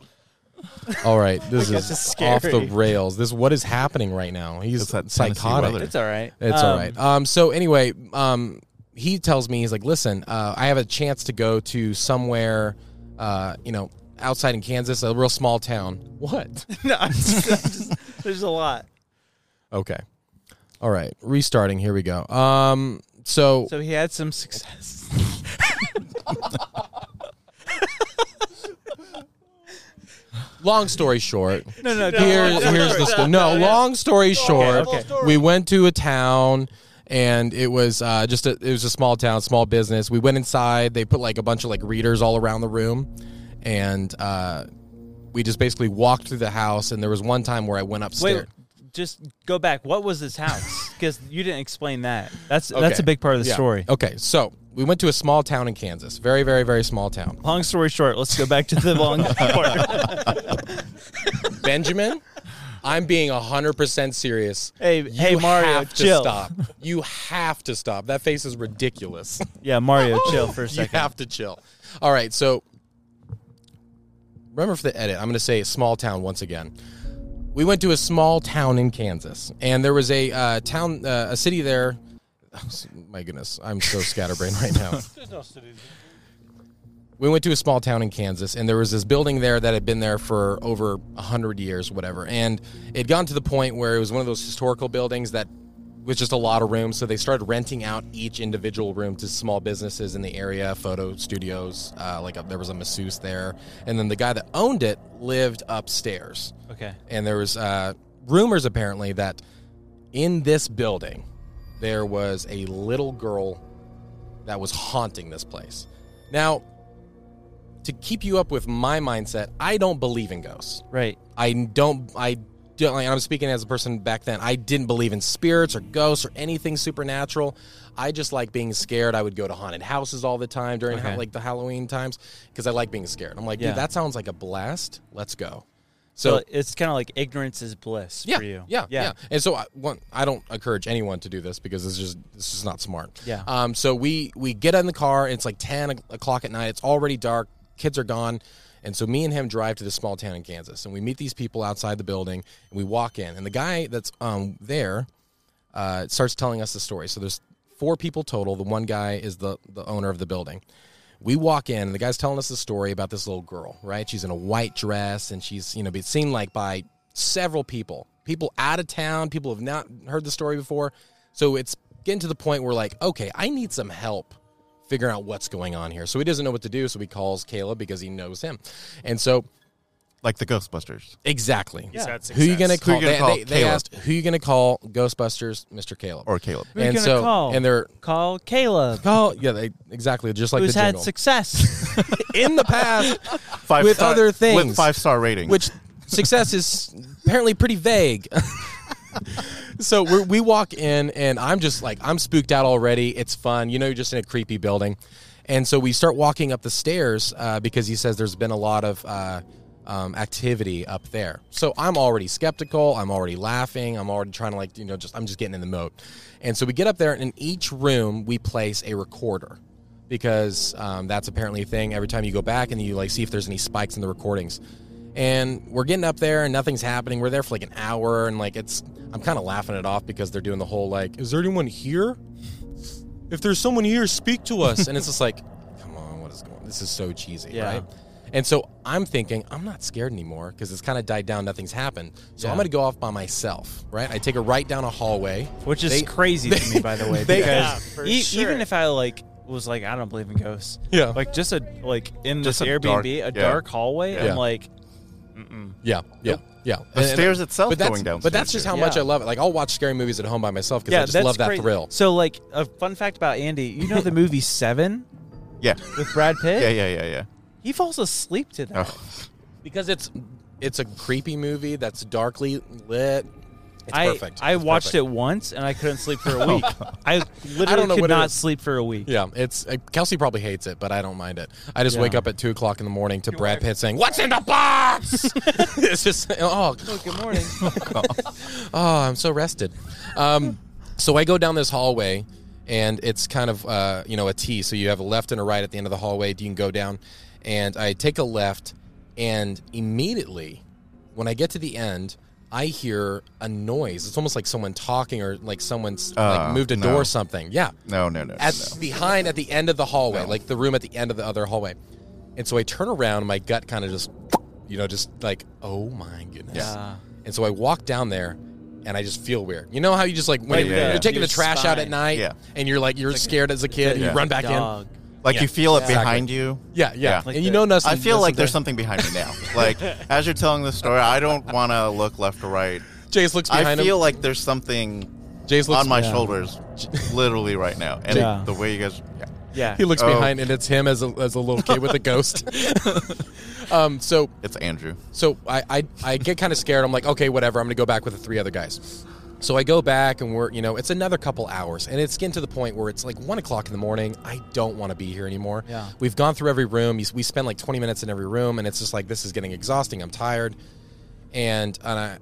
Speaker 2: All right, this is,
Speaker 1: is scary.
Speaker 2: off the rails. This what is happening right now? He's
Speaker 4: It's that Tennessee
Speaker 2: psychotic.
Speaker 4: weather.
Speaker 1: It's all right.
Speaker 2: It's all
Speaker 1: Um,
Speaker 2: right. Um, so anyway, um, he tells me he's like, listen, uh, I have a chance to go to somewhere, uh, you know, outside in Kansas, a real small town. What?
Speaker 1: No, I'm just- I'm just- there's a lot.
Speaker 2: Okay. All right, restarting. Here we go. Um, so,
Speaker 3: So he had some success.
Speaker 2: long story short,
Speaker 3: No, no,
Speaker 2: here, here's the story. No, long story short,
Speaker 3: okay.
Speaker 2: we went to a town. And it was uh, just a, it was a small town, small business. We went inside. They put like a bunch of like readers all around the room, and uh, we just basically walked through the house. And there was one time where I went upstairs.
Speaker 3: Wait, just go back. What was this house? Because you didn't explain that. That's that's
Speaker 2: Okay.
Speaker 3: a big part of the
Speaker 2: Yeah.
Speaker 3: story.
Speaker 2: Okay, so we went to a small town in Kansas, very, very, very small town.
Speaker 3: Long story short, let's go back to the long part.
Speaker 2: Benjamin, I'm being hundred percent serious.
Speaker 3: Hey,
Speaker 2: You
Speaker 3: hey, Mario,
Speaker 2: have to
Speaker 3: chill.
Speaker 2: stop. You have to stop. That face is ridiculous.
Speaker 3: Yeah, Mario, chill for a
Speaker 2: you
Speaker 3: second.
Speaker 2: have to chill. All right, so remember for the edit, I'm going to say small town once again. We went to a small town in Kansas, and there was a uh, town, uh, a city there. Oh, My goodness, I'm so scatterbrained right now. we went to a small town in Kansas, and there was this building there that had been there for over hundred years, whatever. And it had gotten to the point where it was one of those historical buildings that was just a lot of rooms. So they started renting out each individual room to small businesses in the area, photo studios. Uh, like uh, there was a masseuse there, and then the guy that owned it lived upstairs
Speaker 3: Okay.
Speaker 2: and there was uh, rumors apparently that in this building there was a little girl that was haunting this place. Now, to keep you up with my mindset, I don't believe in ghosts.
Speaker 3: Right.
Speaker 2: I don't. I don't. Like, I'm speaking as a person back then. I didn't believe in spirits or ghosts or anything supernatural. I just like being scared. I would go to haunted houses all the time during ha-
Speaker 3: Okay.
Speaker 2: like the Halloween times because I like being scared. I'm like,
Speaker 3: Yeah.
Speaker 2: dude, that sounds like a blast. Let's go.
Speaker 3: So
Speaker 2: So
Speaker 3: it's kind of like ignorance is bliss for you.
Speaker 2: yeah, yeah, And so I one, I don't encourage anyone to do this because this is just this is not smart.
Speaker 3: Yeah.
Speaker 2: Um. So we we get in the car. And it's like ten o- o'clock at night. It's already dark. Kids are gone. And so me and him drive to this small town in Kansas, and we meet these people outside the building, and we walk in, and the guy that's um there, uh, starts telling us the story. So there's four people total. The one guy is the the owner of the building. We walk in, and the guy's telling us the story about this little girl. Right? She's in a white dress, and she's you know been seen like by several people, people out of town, people have not heard the story before. So it's getting to the point where like, okay, I need some help figuring out what's going on here. So he doesn't know what to do, so he calls Caleb because he knows him, and so
Speaker 4: like the Ghostbusters.
Speaker 2: exactly,
Speaker 7: had
Speaker 2: who you gonna
Speaker 7: success.
Speaker 2: call?
Speaker 4: Who you
Speaker 2: They-
Speaker 4: gonna call?
Speaker 2: they, they
Speaker 4: Caleb.
Speaker 2: asked who you gonna call Ghostbusters, Mr. Caleb
Speaker 4: Or Caleb.
Speaker 3: you
Speaker 2: and
Speaker 3: gonna
Speaker 2: so
Speaker 3: call?
Speaker 2: and they're
Speaker 3: Call Caleb,
Speaker 2: oh yeah they exactly just like
Speaker 3: who's
Speaker 2: the
Speaker 3: had
Speaker 2: jingle.
Speaker 3: success.
Speaker 2: in the past
Speaker 4: Five
Speaker 2: With other
Speaker 4: With
Speaker 2: things.
Speaker 4: five star rating.
Speaker 2: which success is apparently pretty vague so we're, we walk in and i'm just like i'm spooked out already it's fun you know you're just in a creepy building and so we start walking up the stairs uh, because he says there's been a lot of uh, um, activity up there so i'm already skeptical i'm already laughing i'm already trying to like you know just i'm just getting in the mode and so we get up there and in each room we place a recorder because um, that's apparently a thing every time you go back and you like see if there's any spikes in the recordings and we're getting up there and nothing's happening we're there for like an hour and like it's i'm kind of laughing it off because they're doing the whole like is there anyone here if there's someone here speak to us and it's just like come on what is going this is so cheesy
Speaker 3: Yeah.
Speaker 2: right and so i'm thinking i'm not scared anymore because it's kind of died down nothing's happened so i'm gonna go off by myself right i take a right down a hallway
Speaker 3: which is
Speaker 2: They-
Speaker 3: crazy to me by the way
Speaker 2: they-
Speaker 3: because
Speaker 7: Yeah, for
Speaker 3: e-
Speaker 7: sure.
Speaker 3: even if i like was like i don't believe in ghosts
Speaker 2: Yeah.
Speaker 3: like just a like in
Speaker 4: Just
Speaker 3: this
Speaker 4: a
Speaker 3: airbnb
Speaker 4: dark-
Speaker 3: a
Speaker 4: yeah.
Speaker 3: dark hallway
Speaker 2: Yeah.
Speaker 3: i'm like
Speaker 2: yeah yeah yeah
Speaker 4: The stairs itself
Speaker 2: but that's,
Speaker 4: going downstairs.
Speaker 2: but that's just how much
Speaker 3: Yeah.
Speaker 2: i love it like i'll watch scary movies at home by myself because
Speaker 3: yeah
Speaker 2: i just
Speaker 3: that's
Speaker 2: love that
Speaker 3: crazy.
Speaker 2: thrill
Speaker 3: so like a fun fact about andy you know the movie seven
Speaker 4: yeah.
Speaker 3: with brad pitt
Speaker 4: Yeah, yeah, yeah, yeah.
Speaker 3: he falls asleep to that
Speaker 4: Oh.
Speaker 2: because it's it's a creepy movie that's darkly lit. It's
Speaker 3: I,
Speaker 2: perfect.
Speaker 3: I
Speaker 2: It's
Speaker 3: watched
Speaker 2: perfect. Oh.
Speaker 3: it once and I couldn't sleep for a week. I literally
Speaker 2: know
Speaker 3: could
Speaker 2: what it
Speaker 3: not
Speaker 2: is.
Speaker 3: sleep for a week.
Speaker 2: Yeah, it's uh, Kelsey probably hates it, but I don't mind it. I just
Speaker 3: Yeah.
Speaker 2: wake up at two o'clock in the morning to Brad Pitt saying, "What's in the box?" it's just oh,
Speaker 3: Good morning.
Speaker 2: oh, I'm so rested. Um, so I go down this hallway, and it's kind of uh, you know a T. So you have a left and a right at the end of the hallway. You can go down, and I take a left, and immediately when I get to the end, I hear a noise. It's almost like someone talking or like someone's
Speaker 4: Uh,
Speaker 2: like moved a
Speaker 4: no.
Speaker 2: door or something. Yeah,
Speaker 4: No, no, no.
Speaker 2: at
Speaker 4: no.
Speaker 2: behind at the end of the hallway,
Speaker 4: No.
Speaker 2: like the room at the end of the other hallway. And so I turn around, and my gut kind of just, you know, just like, oh my goodness.
Speaker 4: Yeah.
Speaker 2: And so I walk down there, and I just feel weird. You know how you just like when
Speaker 7: Like
Speaker 2: you're,
Speaker 4: the-
Speaker 2: you're taking
Speaker 7: your
Speaker 2: the trash out at
Speaker 7: spine.
Speaker 2: night,
Speaker 4: Yeah.
Speaker 2: and you're like you're scared as a kid, and you
Speaker 4: yeah.
Speaker 2: run back in.
Speaker 7: Dog.
Speaker 4: Like
Speaker 2: Yeah.
Speaker 4: you feel it
Speaker 2: Exactly.
Speaker 4: behind you.
Speaker 2: Yeah, yeah,
Speaker 4: Yeah.
Speaker 7: Like
Speaker 2: and you
Speaker 7: the-
Speaker 2: know nothing.
Speaker 4: I feel like there's
Speaker 2: nothing
Speaker 4: something behind me now. Like as you're telling the story, I don't want to look left or right.
Speaker 2: there. Jace looks
Speaker 4: I
Speaker 2: behind
Speaker 4: feel
Speaker 2: him.
Speaker 4: like there's something
Speaker 2: Jace looks
Speaker 4: on my
Speaker 3: yeah.
Speaker 4: shoulders, literally right now, and
Speaker 3: Yeah.
Speaker 4: the way you guys. Yeah.
Speaker 7: Yeah.
Speaker 2: He looks
Speaker 4: Oh.
Speaker 2: behind, and it's him as a, as a little kid with a ghost. um, so
Speaker 4: It's Andrew.
Speaker 2: so I, I I get kind of scared. I'm like, okay, whatever. I'm gonna go back with the three other guys. So I go back and we're you know it's another couple hours, and it's getting to the point where it's like one o'clock in the morning. I don't want to be here anymore.
Speaker 3: Yeah.
Speaker 2: we've gone through every room. You s- We spend like 20 minutes in every room, and it's just like this is getting exhausting. I'm tired, and and I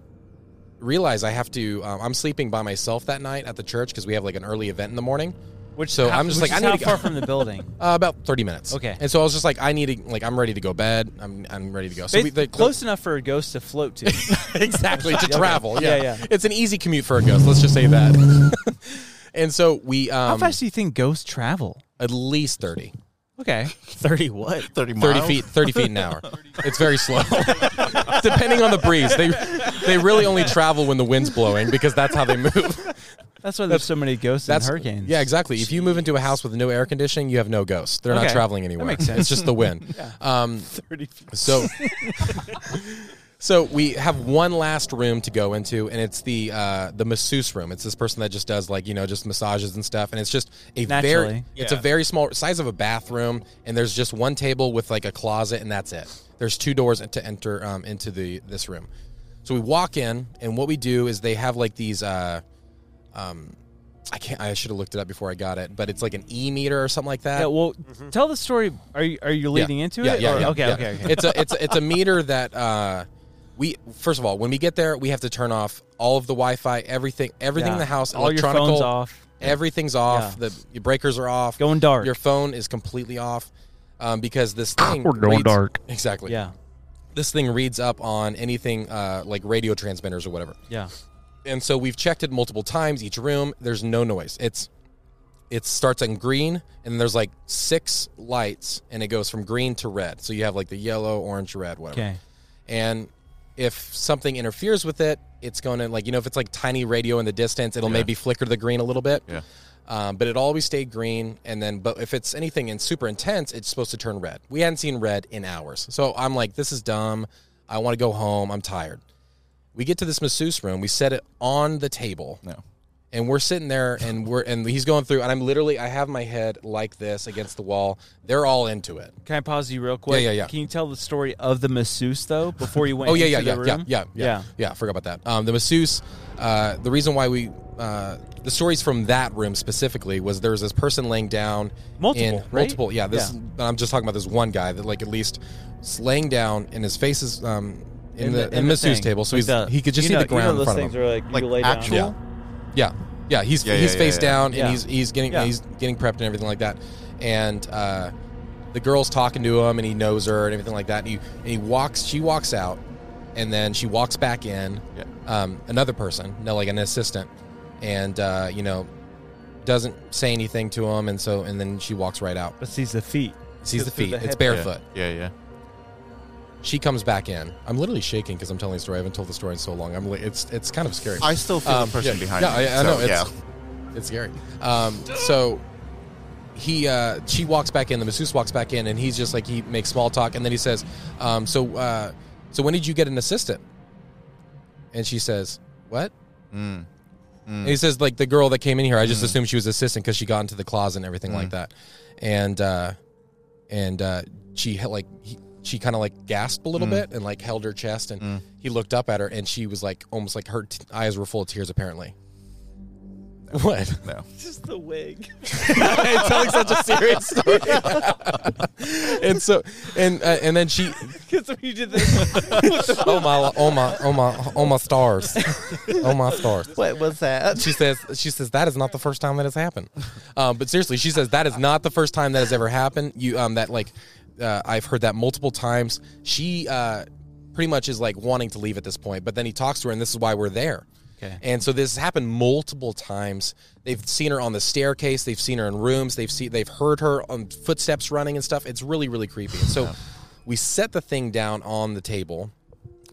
Speaker 2: realize I have to. Um, I'm sleeping by myself that night at the church because we have like an early event in the morning.
Speaker 3: Which
Speaker 2: So
Speaker 3: how-
Speaker 2: I'm just
Speaker 3: which
Speaker 2: like,
Speaker 3: is
Speaker 2: I need
Speaker 3: how
Speaker 2: to go-
Speaker 3: far from the building?
Speaker 2: Uh, about 30 minutes.
Speaker 3: Okay.
Speaker 2: And so I was just like, I need to like I'm ready to go bed. I'm I'm ready to go. So
Speaker 3: Ba-
Speaker 2: we, the,
Speaker 3: close enough for a ghost to float to.
Speaker 2: exactly to
Speaker 3: Yeah.
Speaker 2: travel. Yeah.
Speaker 3: Yeah, yeah.
Speaker 2: It's an easy commute for a ghost. Let's just say that. and so we um,
Speaker 3: How fast do you think ghosts travel?
Speaker 2: at least 30,
Speaker 3: Okay.
Speaker 7: 30 what?
Speaker 4: Thirty
Speaker 2: 30
Speaker 4: miles?
Speaker 2: feet, 30 feet an hour. It's very slow, depending on the breeze. They they really only travel when the wind's blowing because that's how they move.
Speaker 3: That's why there's so many ghosts and
Speaker 2: That's
Speaker 3: hurricanes.
Speaker 2: Yeah, exactly. If you move into a house with no air conditioning, you have no ghosts. They're not
Speaker 3: Okay.
Speaker 2: traveling
Speaker 3: That
Speaker 2: anywhere.
Speaker 3: makes sense.
Speaker 2: It's just the wind. Um,
Speaker 3: 30 feet.
Speaker 2: So, so we have one last room to go into, and it's the uh, the masseuse room. It's this person that just does like you know just massages and stuff, and it's just a very
Speaker 3: Naturally.
Speaker 2: it's a very small size of a bathroom, and there's just one table with like a closet, and that's it. There's two doors to enter um, into the this room. So we walk in, and what we do is they have like these. Uh, um, I can't. I should have looked it up before I got it, but it's like an e meter or something like that.
Speaker 3: Yeah, well, tell the story. Are you, are you leading into
Speaker 2: Yeah,
Speaker 3: it?
Speaker 2: yeah,
Speaker 3: Or-
Speaker 2: yeah,
Speaker 3: okay,
Speaker 2: yeah.
Speaker 3: okay, okay.
Speaker 2: It's a it's a, it's a meter that uh, we first of all when we get there we have to turn off all of the Wi-Fi, everything, everything
Speaker 3: Yeah.
Speaker 2: in the house,
Speaker 3: All your
Speaker 2: electronical,
Speaker 3: phones off.
Speaker 2: everything's off. The your breakers are off.
Speaker 3: Going dark.
Speaker 2: Your phone is completely off um, because this thing
Speaker 7: Ah, We're going
Speaker 2: reads-
Speaker 7: dark.
Speaker 2: Exactly.
Speaker 3: Yeah,
Speaker 2: This thing reads up on anything uh, like radio transmitters or whatever
Speaker 3: yeah.
Speaker 2: and so we've checked it multiple times each room there's no noise it's it starts on green and there's like six lights and it goes from green to red so you have like the yellow orange red whatever
Speaker 3: Okay.
Speaker 2: and if something interferes with it it's going to like you know if it's like tiny radio in the distance it'll maybe flicker the green a little bit
Speaker 4: Yeah.
Speaker 2: um, but it always stayed green and then but if it's anything and super intense it's supposed to turn red we hadn't seen red in hours so i'm like this is dumb i want to go home i'm tired we get to this masseuse room we set it on the table
Speaker 4: No.
Speaker 2: and we're sitting there and we're and he's going through and i'm literally i have my head like this against the wall they're all into it
Speaker 3: Can I pause you real quick?
Speaker 2: yeah, yeah.
Speaker 3: Can you tell the story of the masseuse though before you went?
Speaker 2: Oh yeah, yeah,
Speaker 3: into
Speaker 2: yeah,
Speaker 3: the
Speaker 2: yeah,
Speaker 3: room?
Speaker 2: yeah, yeah, yeah, I forgot about that. Um, the masseuse. Uh, the reason why we uh, the stories from that room specifically was there was this person laying down
Speaker 3: Multiple,
Speaker 2: in,
Speaker 3: right?
Speaker 2: multiple. Yeah, this. I'm just talking about this one guy that like at least is laying down and his face is um, in, the, in the masseuse
Speaker 3: thing.
Speaker 2: table, so
Speaker 3: Like
Speaker 2: he's
Speaker 3: the-
Speaker 2: he could just
Speaker 3: you know,
Speaker 2: see the ground
Speaker 3: You know
Speaker 2: in
Speaker 3: those
Speaker 2: front of
Speaker 3: things
Speaker 2: him.
Speaker 3: are like,
Speaker 4: Like
Speaker 3: you lay
Speaker 4: actual.
Speaker 3: down.
Speaker 2: Yeah, yeah. He's
Speaker 4: Yeah,
Speaker 2: he's
Speaker 4: yeah,
Speaker 2: face
Speaker 4: yeah, yeah.
Speaker 2: down, and
Speaker 3: Yeah.
Speaker 2: he's he's getting
Speaker 3: Yeah.
Speaker 2: he's getting prepped and everything like that. And uh, the girl's talking to him, and he knows her and everything like that. And he and he walks. She walks out, and then she walks back in.
Speaker 4: Yeah.
Speaker 2: Um, another person, no, like an assistant, and uh, you know, doesn't say anything to him, and so and then she walks right out.
Speaker 3: But sees the feet.
Speaker 2: Sees the
Speaker 3: through
Speaker 2: feet.
Speaker 3: the
Speaker 2: it's
Speaker 3: head-
Speaker 2: barefoot.
Speaker 4: Yeah. Yeah.
Speaker 2: She comes back in. I'm literally shaking because I'm telling the story. I haven't told the story in so long. I'm li- it's it's kind of scary.
Speaker 4: I still feel
Speaker 2: Um,
Speaker 4: the person
Speaker 2: yeah,
Speaker 4: behind
Speaker 2: yeah,
Speaker 4: me.
Speaker 2: I- I know,
Speaker 4: so,
Speaker 2: it's-
Speaker 4: yeah.
Speaker 2: It's scary. Um, so he uh, she walks back in. The masseuse walks back in, and he's just like he makes small talk, and then he says, um, "So, uh, so when did you get an assistant?" And she says, "What?"
Speaker 4: Mm.
Speaker 2: And he says, "Like the girl that came in here. I just assumed she was assistant because she got into the closet and everything
Speaker 4: Mm.
Speaker 2: like that." And uh, and uh, she hit, like he, she kind of like gasped a little
Speaker 4: Mm.
Speaker 2: bit and like held her chest, and he looked up at her, and she was like almost like her t- eyes were full of tears. Apparently, what?
Speaker 4: No.
Speaker 7: Just the wig.
Speaker 2: and telling such a serious story. and so, and uh, and then she,
Speaker 7: Because when you did this,
Speaker 2: oh my, oh my, oh my, oh my stars, oh my stars.
Speaker 4: What was that?
Speaker 2: She says, she says that is not the first time that has happened. Um, but seriously, she says that is not the first time that has ever happened. You, um, that like, uh, I've heard that multiple times. She, uh, pretty much is like wanting to leave at this point, but then he talks to her, and this is why we're there.
Speaker 3: Okay.
Speaker 2: And so this has happened multiple times. They've seen her on the staircase. They've seen her in rooms. They've seen. They've heard her on footsteps running and stuff. It's really really creepy. And so we set the thing down on the table,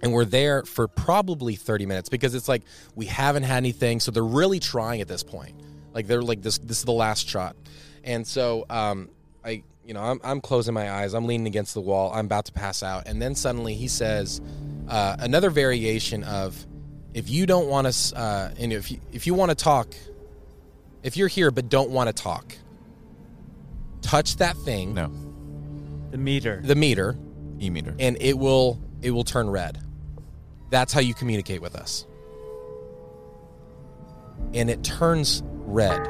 Speaker 2: and we're there for probably 30 minutes because it's like we haven't had anything so they're really trying at this point like they're like this this is the last shot and so um i you know i'm, I'm closing my eyes i'm leaning against the wall i'm about to pass out and then suddenly he says uh, another variation of if you don't want us uh, and if you, if you want to talk if you're here but don't want to talk touch that thing
Speaker 4: No,
Speaker 3: The meter.
Speaker 2: the meter
Speaker 4: e meter.
Speaker 2: and it will it will turn red. That's how you communicate with us. And it turns red,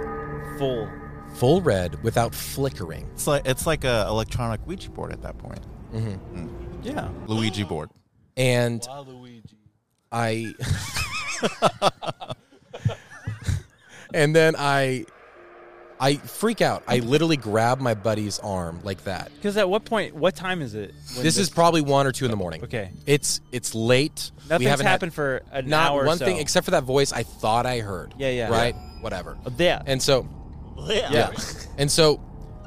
Speaker 7: Full.
Speaker 2: full red, without flickering.
Speaker 4: It's like it's like a electronic Ouija board at that point.
Speaker 3: Yeah.
Speaker 4: Luigi board.
Speaker 2: And I. and then I, I freak out. I literally grab my buddy's arm like that.
Speaker 3: Because at what point? What time is it? when
Speaker 2: This is probably one or two in the morning.
Speaker 3: okay.
Speaker 2: It's it's late. We
Speaker 3: Nothing's
Speaker 2: haven't had-
Speaker 3: happened for an
Speaker 2: Not
Speaker 3: hour. or
Speaker 2: one
Speaker 3: so.
Speaker 2: thing except for that voice I thought I heard.
Speaker 3: Yeah, yeah.
Speaker 2: Right. Whatever.
Speaker 3: Yeah.
Speaker 2: And so
Speaker 7: Yeah.
Speaker 2: Yeah. and so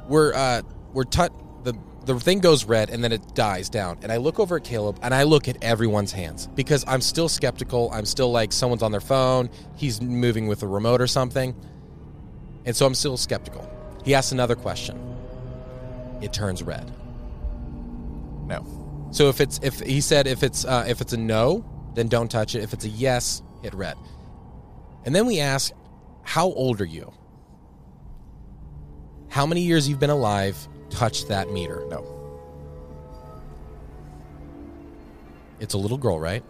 Speaker 2: we're uh we're tut the the thing goes red and then it dies down. And I look over at Caleb and I look at everyone's hands because I'm still skeptical. I'm still like someone's on their phone, he's moving with a remote or something. And so I'm still skeptical. He asks another question. It turns red.
Speaker 4: No.
Speaker 2: So if it's if he said if it's uh, if it's a no, then don't touch it. If it's a yes, hit red. And then we ask, how old are you? How many years you've been alive? Touch that meter.
Speaker 4: No.
Speaker 2: It's a little girl, right?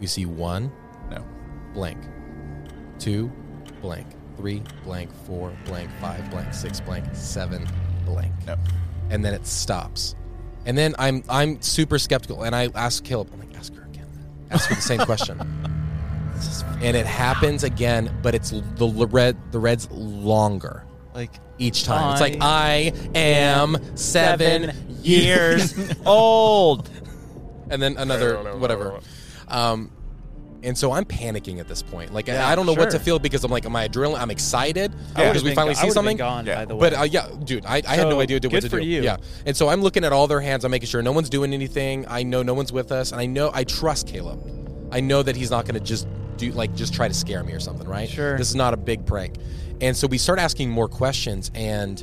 Speaker 2: We see one
Speaker 4: No.
Speaker 2: blank, two blank, three blank, four blank, five blank, six blank, seven blank.
Speaker 4: No.
Speaker 2: and then it stops. And then I'm I'm super skeptical, and I ask Caleb, I'm like, ask her again, ask her the same question, and it happens again, but it's l- the l- red the red's longer
Speaker 4: Like
Speaker 2: each time. it's like I
Speaker 3: I
Speaker 2: am seven, years old, and then another whatever. Um, and so I'm panicking at this point. Like I, I don't know what to
Speaker 3: sure.
Speaker 2: feel because I'm like, am I adrenaline? I'm excited
Speaker 4: Yeah.
Speaker 2: because Oh, we finally see something.
Speaker 3: Gone,
Speaker 4: Yeah.
Speaker 3: by the way.
Speaker 2: But uh, yeah, dude, I, I had no
Speaker 3: So,
Speaker 2: idea what
Speaker 3: good
Speaker 2: to
Speaker 3: for
Speaker 2: do.
Speaker 3: you.
Speaker 2: Yeah, and so I'm looking at all their hands. I'm making sure no one's doing anything. I know no one's with us, and I know I trust Caleb. I know that he's not going to just do like just try to scare me or something, right?
Speaker 3: Sure.
Speaker 2: This is not a big prank, and so we start asking more questions, and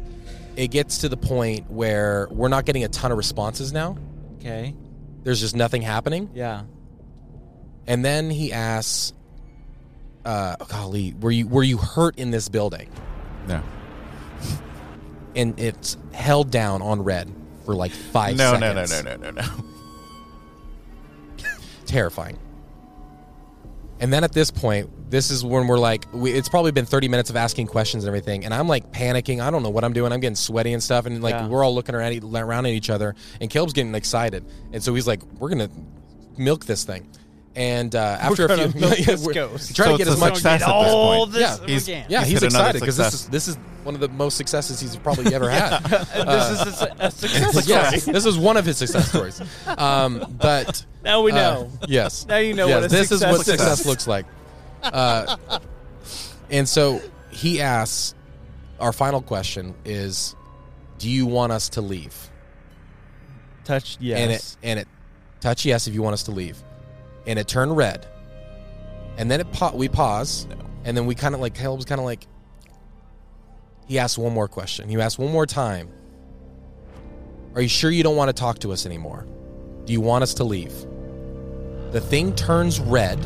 Speaker 2: it gets to the point where we're not getting a ton of responses now.
Speaker 3: okay.
Speaker 2: There's just nothing happening,
Speaker 3: Yeah.
Speaker 2: and then he asks, uh, "Golly, were you were you hurt in this building?"
Speaker 4: no.
Speaker 2: And it's held down on red for like five
Speaker 4: No, no, no,
Speaker 2: seconds.
Speaker 4: no, no, no, no.
Speaker 2: terrifying. And then at this point, this is when we're like, we, it's probably been 30 minutes of asking questions and everything. And I'm like panicking. I don't know what I'm doing. I'm getting sweaty and stuff. And like,
Speaker 3: Yeah.
Speaker 2: we're all looking around, e- around at each other. And Caleb's getting excited. And so he's like, we're going to milk this thing. And uh, after a few
Speaker 3: milk this
Speaker 2: we're
Speaker 3: ghost.
Speaker 2: trying
Speaker 4: So
Speaker 2: to get
Speaker 4: it's
Speaker 2: as
Speaker 4: a
Speaker 2: much.
Speaker 4: success at this
Speaker 3: all
Speaker 4: point.
Speaker 3: this
Speaker 2: Yeah.
Speaker 4: He's-
Speaker 3: again.
Speaker 2: Yeah,
Speaker 4: He's
Speaker 2: he's,
Speaker 4: hit another
Speaker 2: excited because this
Speaker 4: success.
Speaker 2: is, this is one of the most successes he's probably ever had.
Speaker 3: this is
Speaker 2: Uh,
Speaker 3: a, a success.
Speaker 2: yes, this is one of his success stories. Um, but
Speaker 3: Now we
Speaker 2: uh,
Speaker 3: know.
Speaker 2: yes.
Speaker 3: Now you know
Speaker 2: Yes,
Speaker 3: what a
Speaker 2: this
Speaker 3: success
Speaker 2: is what success
Speaker 3: is.
Speaker 2: looks like. Uh, and so he asks, our final question is, do you want us to leave?
Speaker 3: Touch. Yes.
Speaker 2: And it and it touch yes if you want us to leave, and it turned red, and then it pa- we pause, and then we kind of like Caleb's kind of like. He asked one more question. He asked one more time. Are you sure you don't want to talk to us anymore? Do you want us to leave? The thing turns red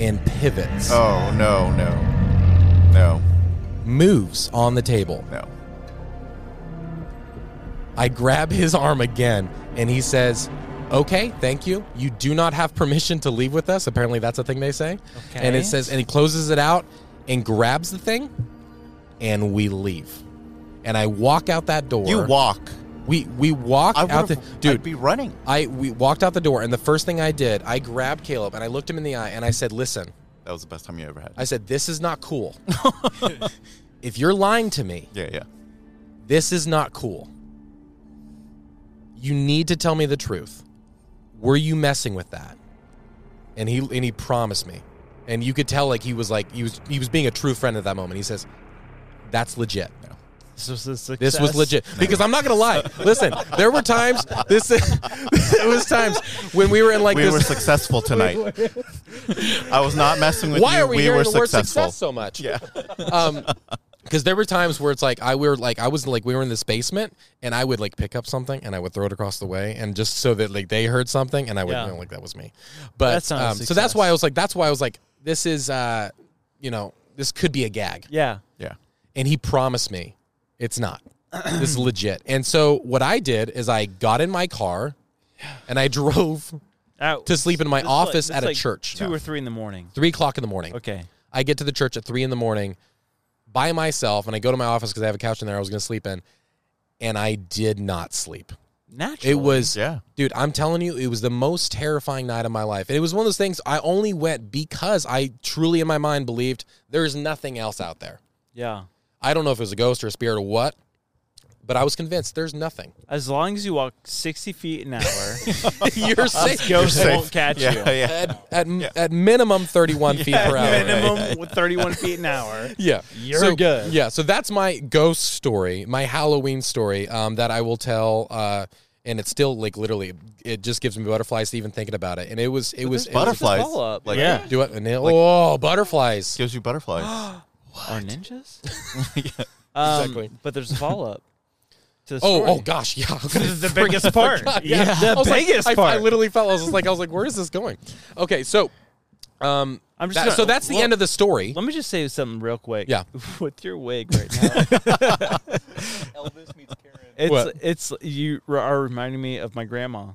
Speaker 2: and pivots,
Speaker 4: Oh no, no, no,
Speaker 2: moves on the table.
Speaker 4: no.
Speaker 2: I grab his arm again and he says, Okay, thank you. You do not have permission to leave with us. Apparently, that's a thing they say.
Speaker 3: Okay.
Speaker 2: And it says, and he closes it out and grabs the thing and we leave. And I walk out that door.
Speaker 4: You walk.
Speaker 2: We, we walk
Speaker 4: I
Speaker 2: out the.
Speaker 4: would I'd
Speaker 2: Dude,
Speaker 4: be running.
Speaker 2: I we walked out the door and the first thing I did, I grabbed Caleb and I looked him in the eye and I said, Listen,
Speaker 4: That was the best time you ever had.
Speaker 2: I said, this is not cool. if you're lying to me,
Speaker 4: yeah, yeah.
Speaker 2: this is not cool. You need to tell me the truth. Were you messing with that? And he and he promised me. And you could tell like he was like he was he was being a true friend at that moment. He says, That's legit.
Speaker 3: This was a success.
Speaker 2: This was legit because I'm not gonna lie. Listen, there were times this it was times when we were in like
Speaker 4: we
Speaker 2: this.
Speaker 4: were successful tonight. I was not messing with
Speaker 2: why
Speaker 4: you.
Speaker 2: are we,
Speaker 4: we
Speaker 2: hearing
Speaker 4: were
Speaker 2: the word
Speaker 4: successful.
Speaker 2: success so much? Yeah. um, because there were times where it's like I we were like I was like we were in this basement and I would like pick up something and I would throw it across the way and just so that like they heard something and I would
Speaker 11: Yeah.
Speaker 2: know like that was me. But
Speaker 11: That's not a
Speaker 2: um, so that's
Speaker 11: success.
Speaker 2: why I was like that's why I was like this is uh you know this could be a gag
Speaker 11: Yeah.
Speaker 4: yeah.
Speaker 2: and he promised me it's not. this is legit. And so what I did is I got in my car and I drove
Speaker 11: Out.
Speaker 2: to sleep in my office at a church.
Speaker 1: Two or three in the morning.
Speaker 2: Three o'clock in the morning.
Speaker 1: Okay.
Speaker 2: I get to the church at three in the morning by myself, and I go to my office because I have a couch in there I was going to sleep in, and I did not sleep.
Speaker 1: Natural.
Speaker 2: It was,
Speaker 4: Yeah.
Speaker 2: dude, I'm telling you, it was the most terrifying night of my life. And it was one of those things I only went because I truly, in my mind, believed there's nothing else out there.
Speaker 1: Yeah.
Speaker 2: I don't know if it was a ghost or a spirit or what, but I was convinced there's nothing.
Speaker 1: As long as you walk 60 feet an hour,
Speaker 2: You're safe.
Speaker 1: ghosts
Speaker 4: safe.
Speaker 1: won't catch you.
Speaker 4: Yeah. Yeah.
Speaker 2: At, at, at minimum 31 feet per hour.
Speaker 1: Minimum with 31 feet an hour.
Speaker 2: Yeah,
Speaker 1: You're
Speaker 2: so,
Speaker 1: good.
Speaker 2: Yeah, so that's my ghost story, my Halloween story um, that I will tell, uh, and it's still like literally, it just gives me butterflies even thinking about it. And it was, it was it was-
Speaker 4: Butterflies.
Speaker 1: follow-up.
Speaker 4: Like,
Speaker 3: Yeah.
Speaker 2: Do it, and it- oh, butterflies!
Speaker 4: Gives you butterflies.
Speaker 1: Are ninjas? Um,
Speaker 2: Exactly.
Speaker 1: But there's a follow up. To the
Speaker 2: Oh,
Speaker 1: story.
Speaker 2: oh gosh, yeah.
Speaker 3: the biggest part.
Speaker 2: Yeah. I
Speaker 1: the
Speaker 2: was like-
Speaker 1: biggest
Speaker 2: I- I,
Speaker 1: part.
Speaker 2: literally felt. I was just like, I was like, where is this going? Okay, so, um,
Speaker 1: I'm just
Speaker 2: that-
Speaker 1: gonna-
Speaker 2: so that's the
Speaker 1: well,
Speaker 2: end of the story.
Speaker 1: Let me just say something real quick.
Speaker 2: Yeah.
Speaker 1: With your wig right now. Elvis meets Karen. It's
Speaker 2: What?
Speaker 1: it's you r- are reminding me of my grandma.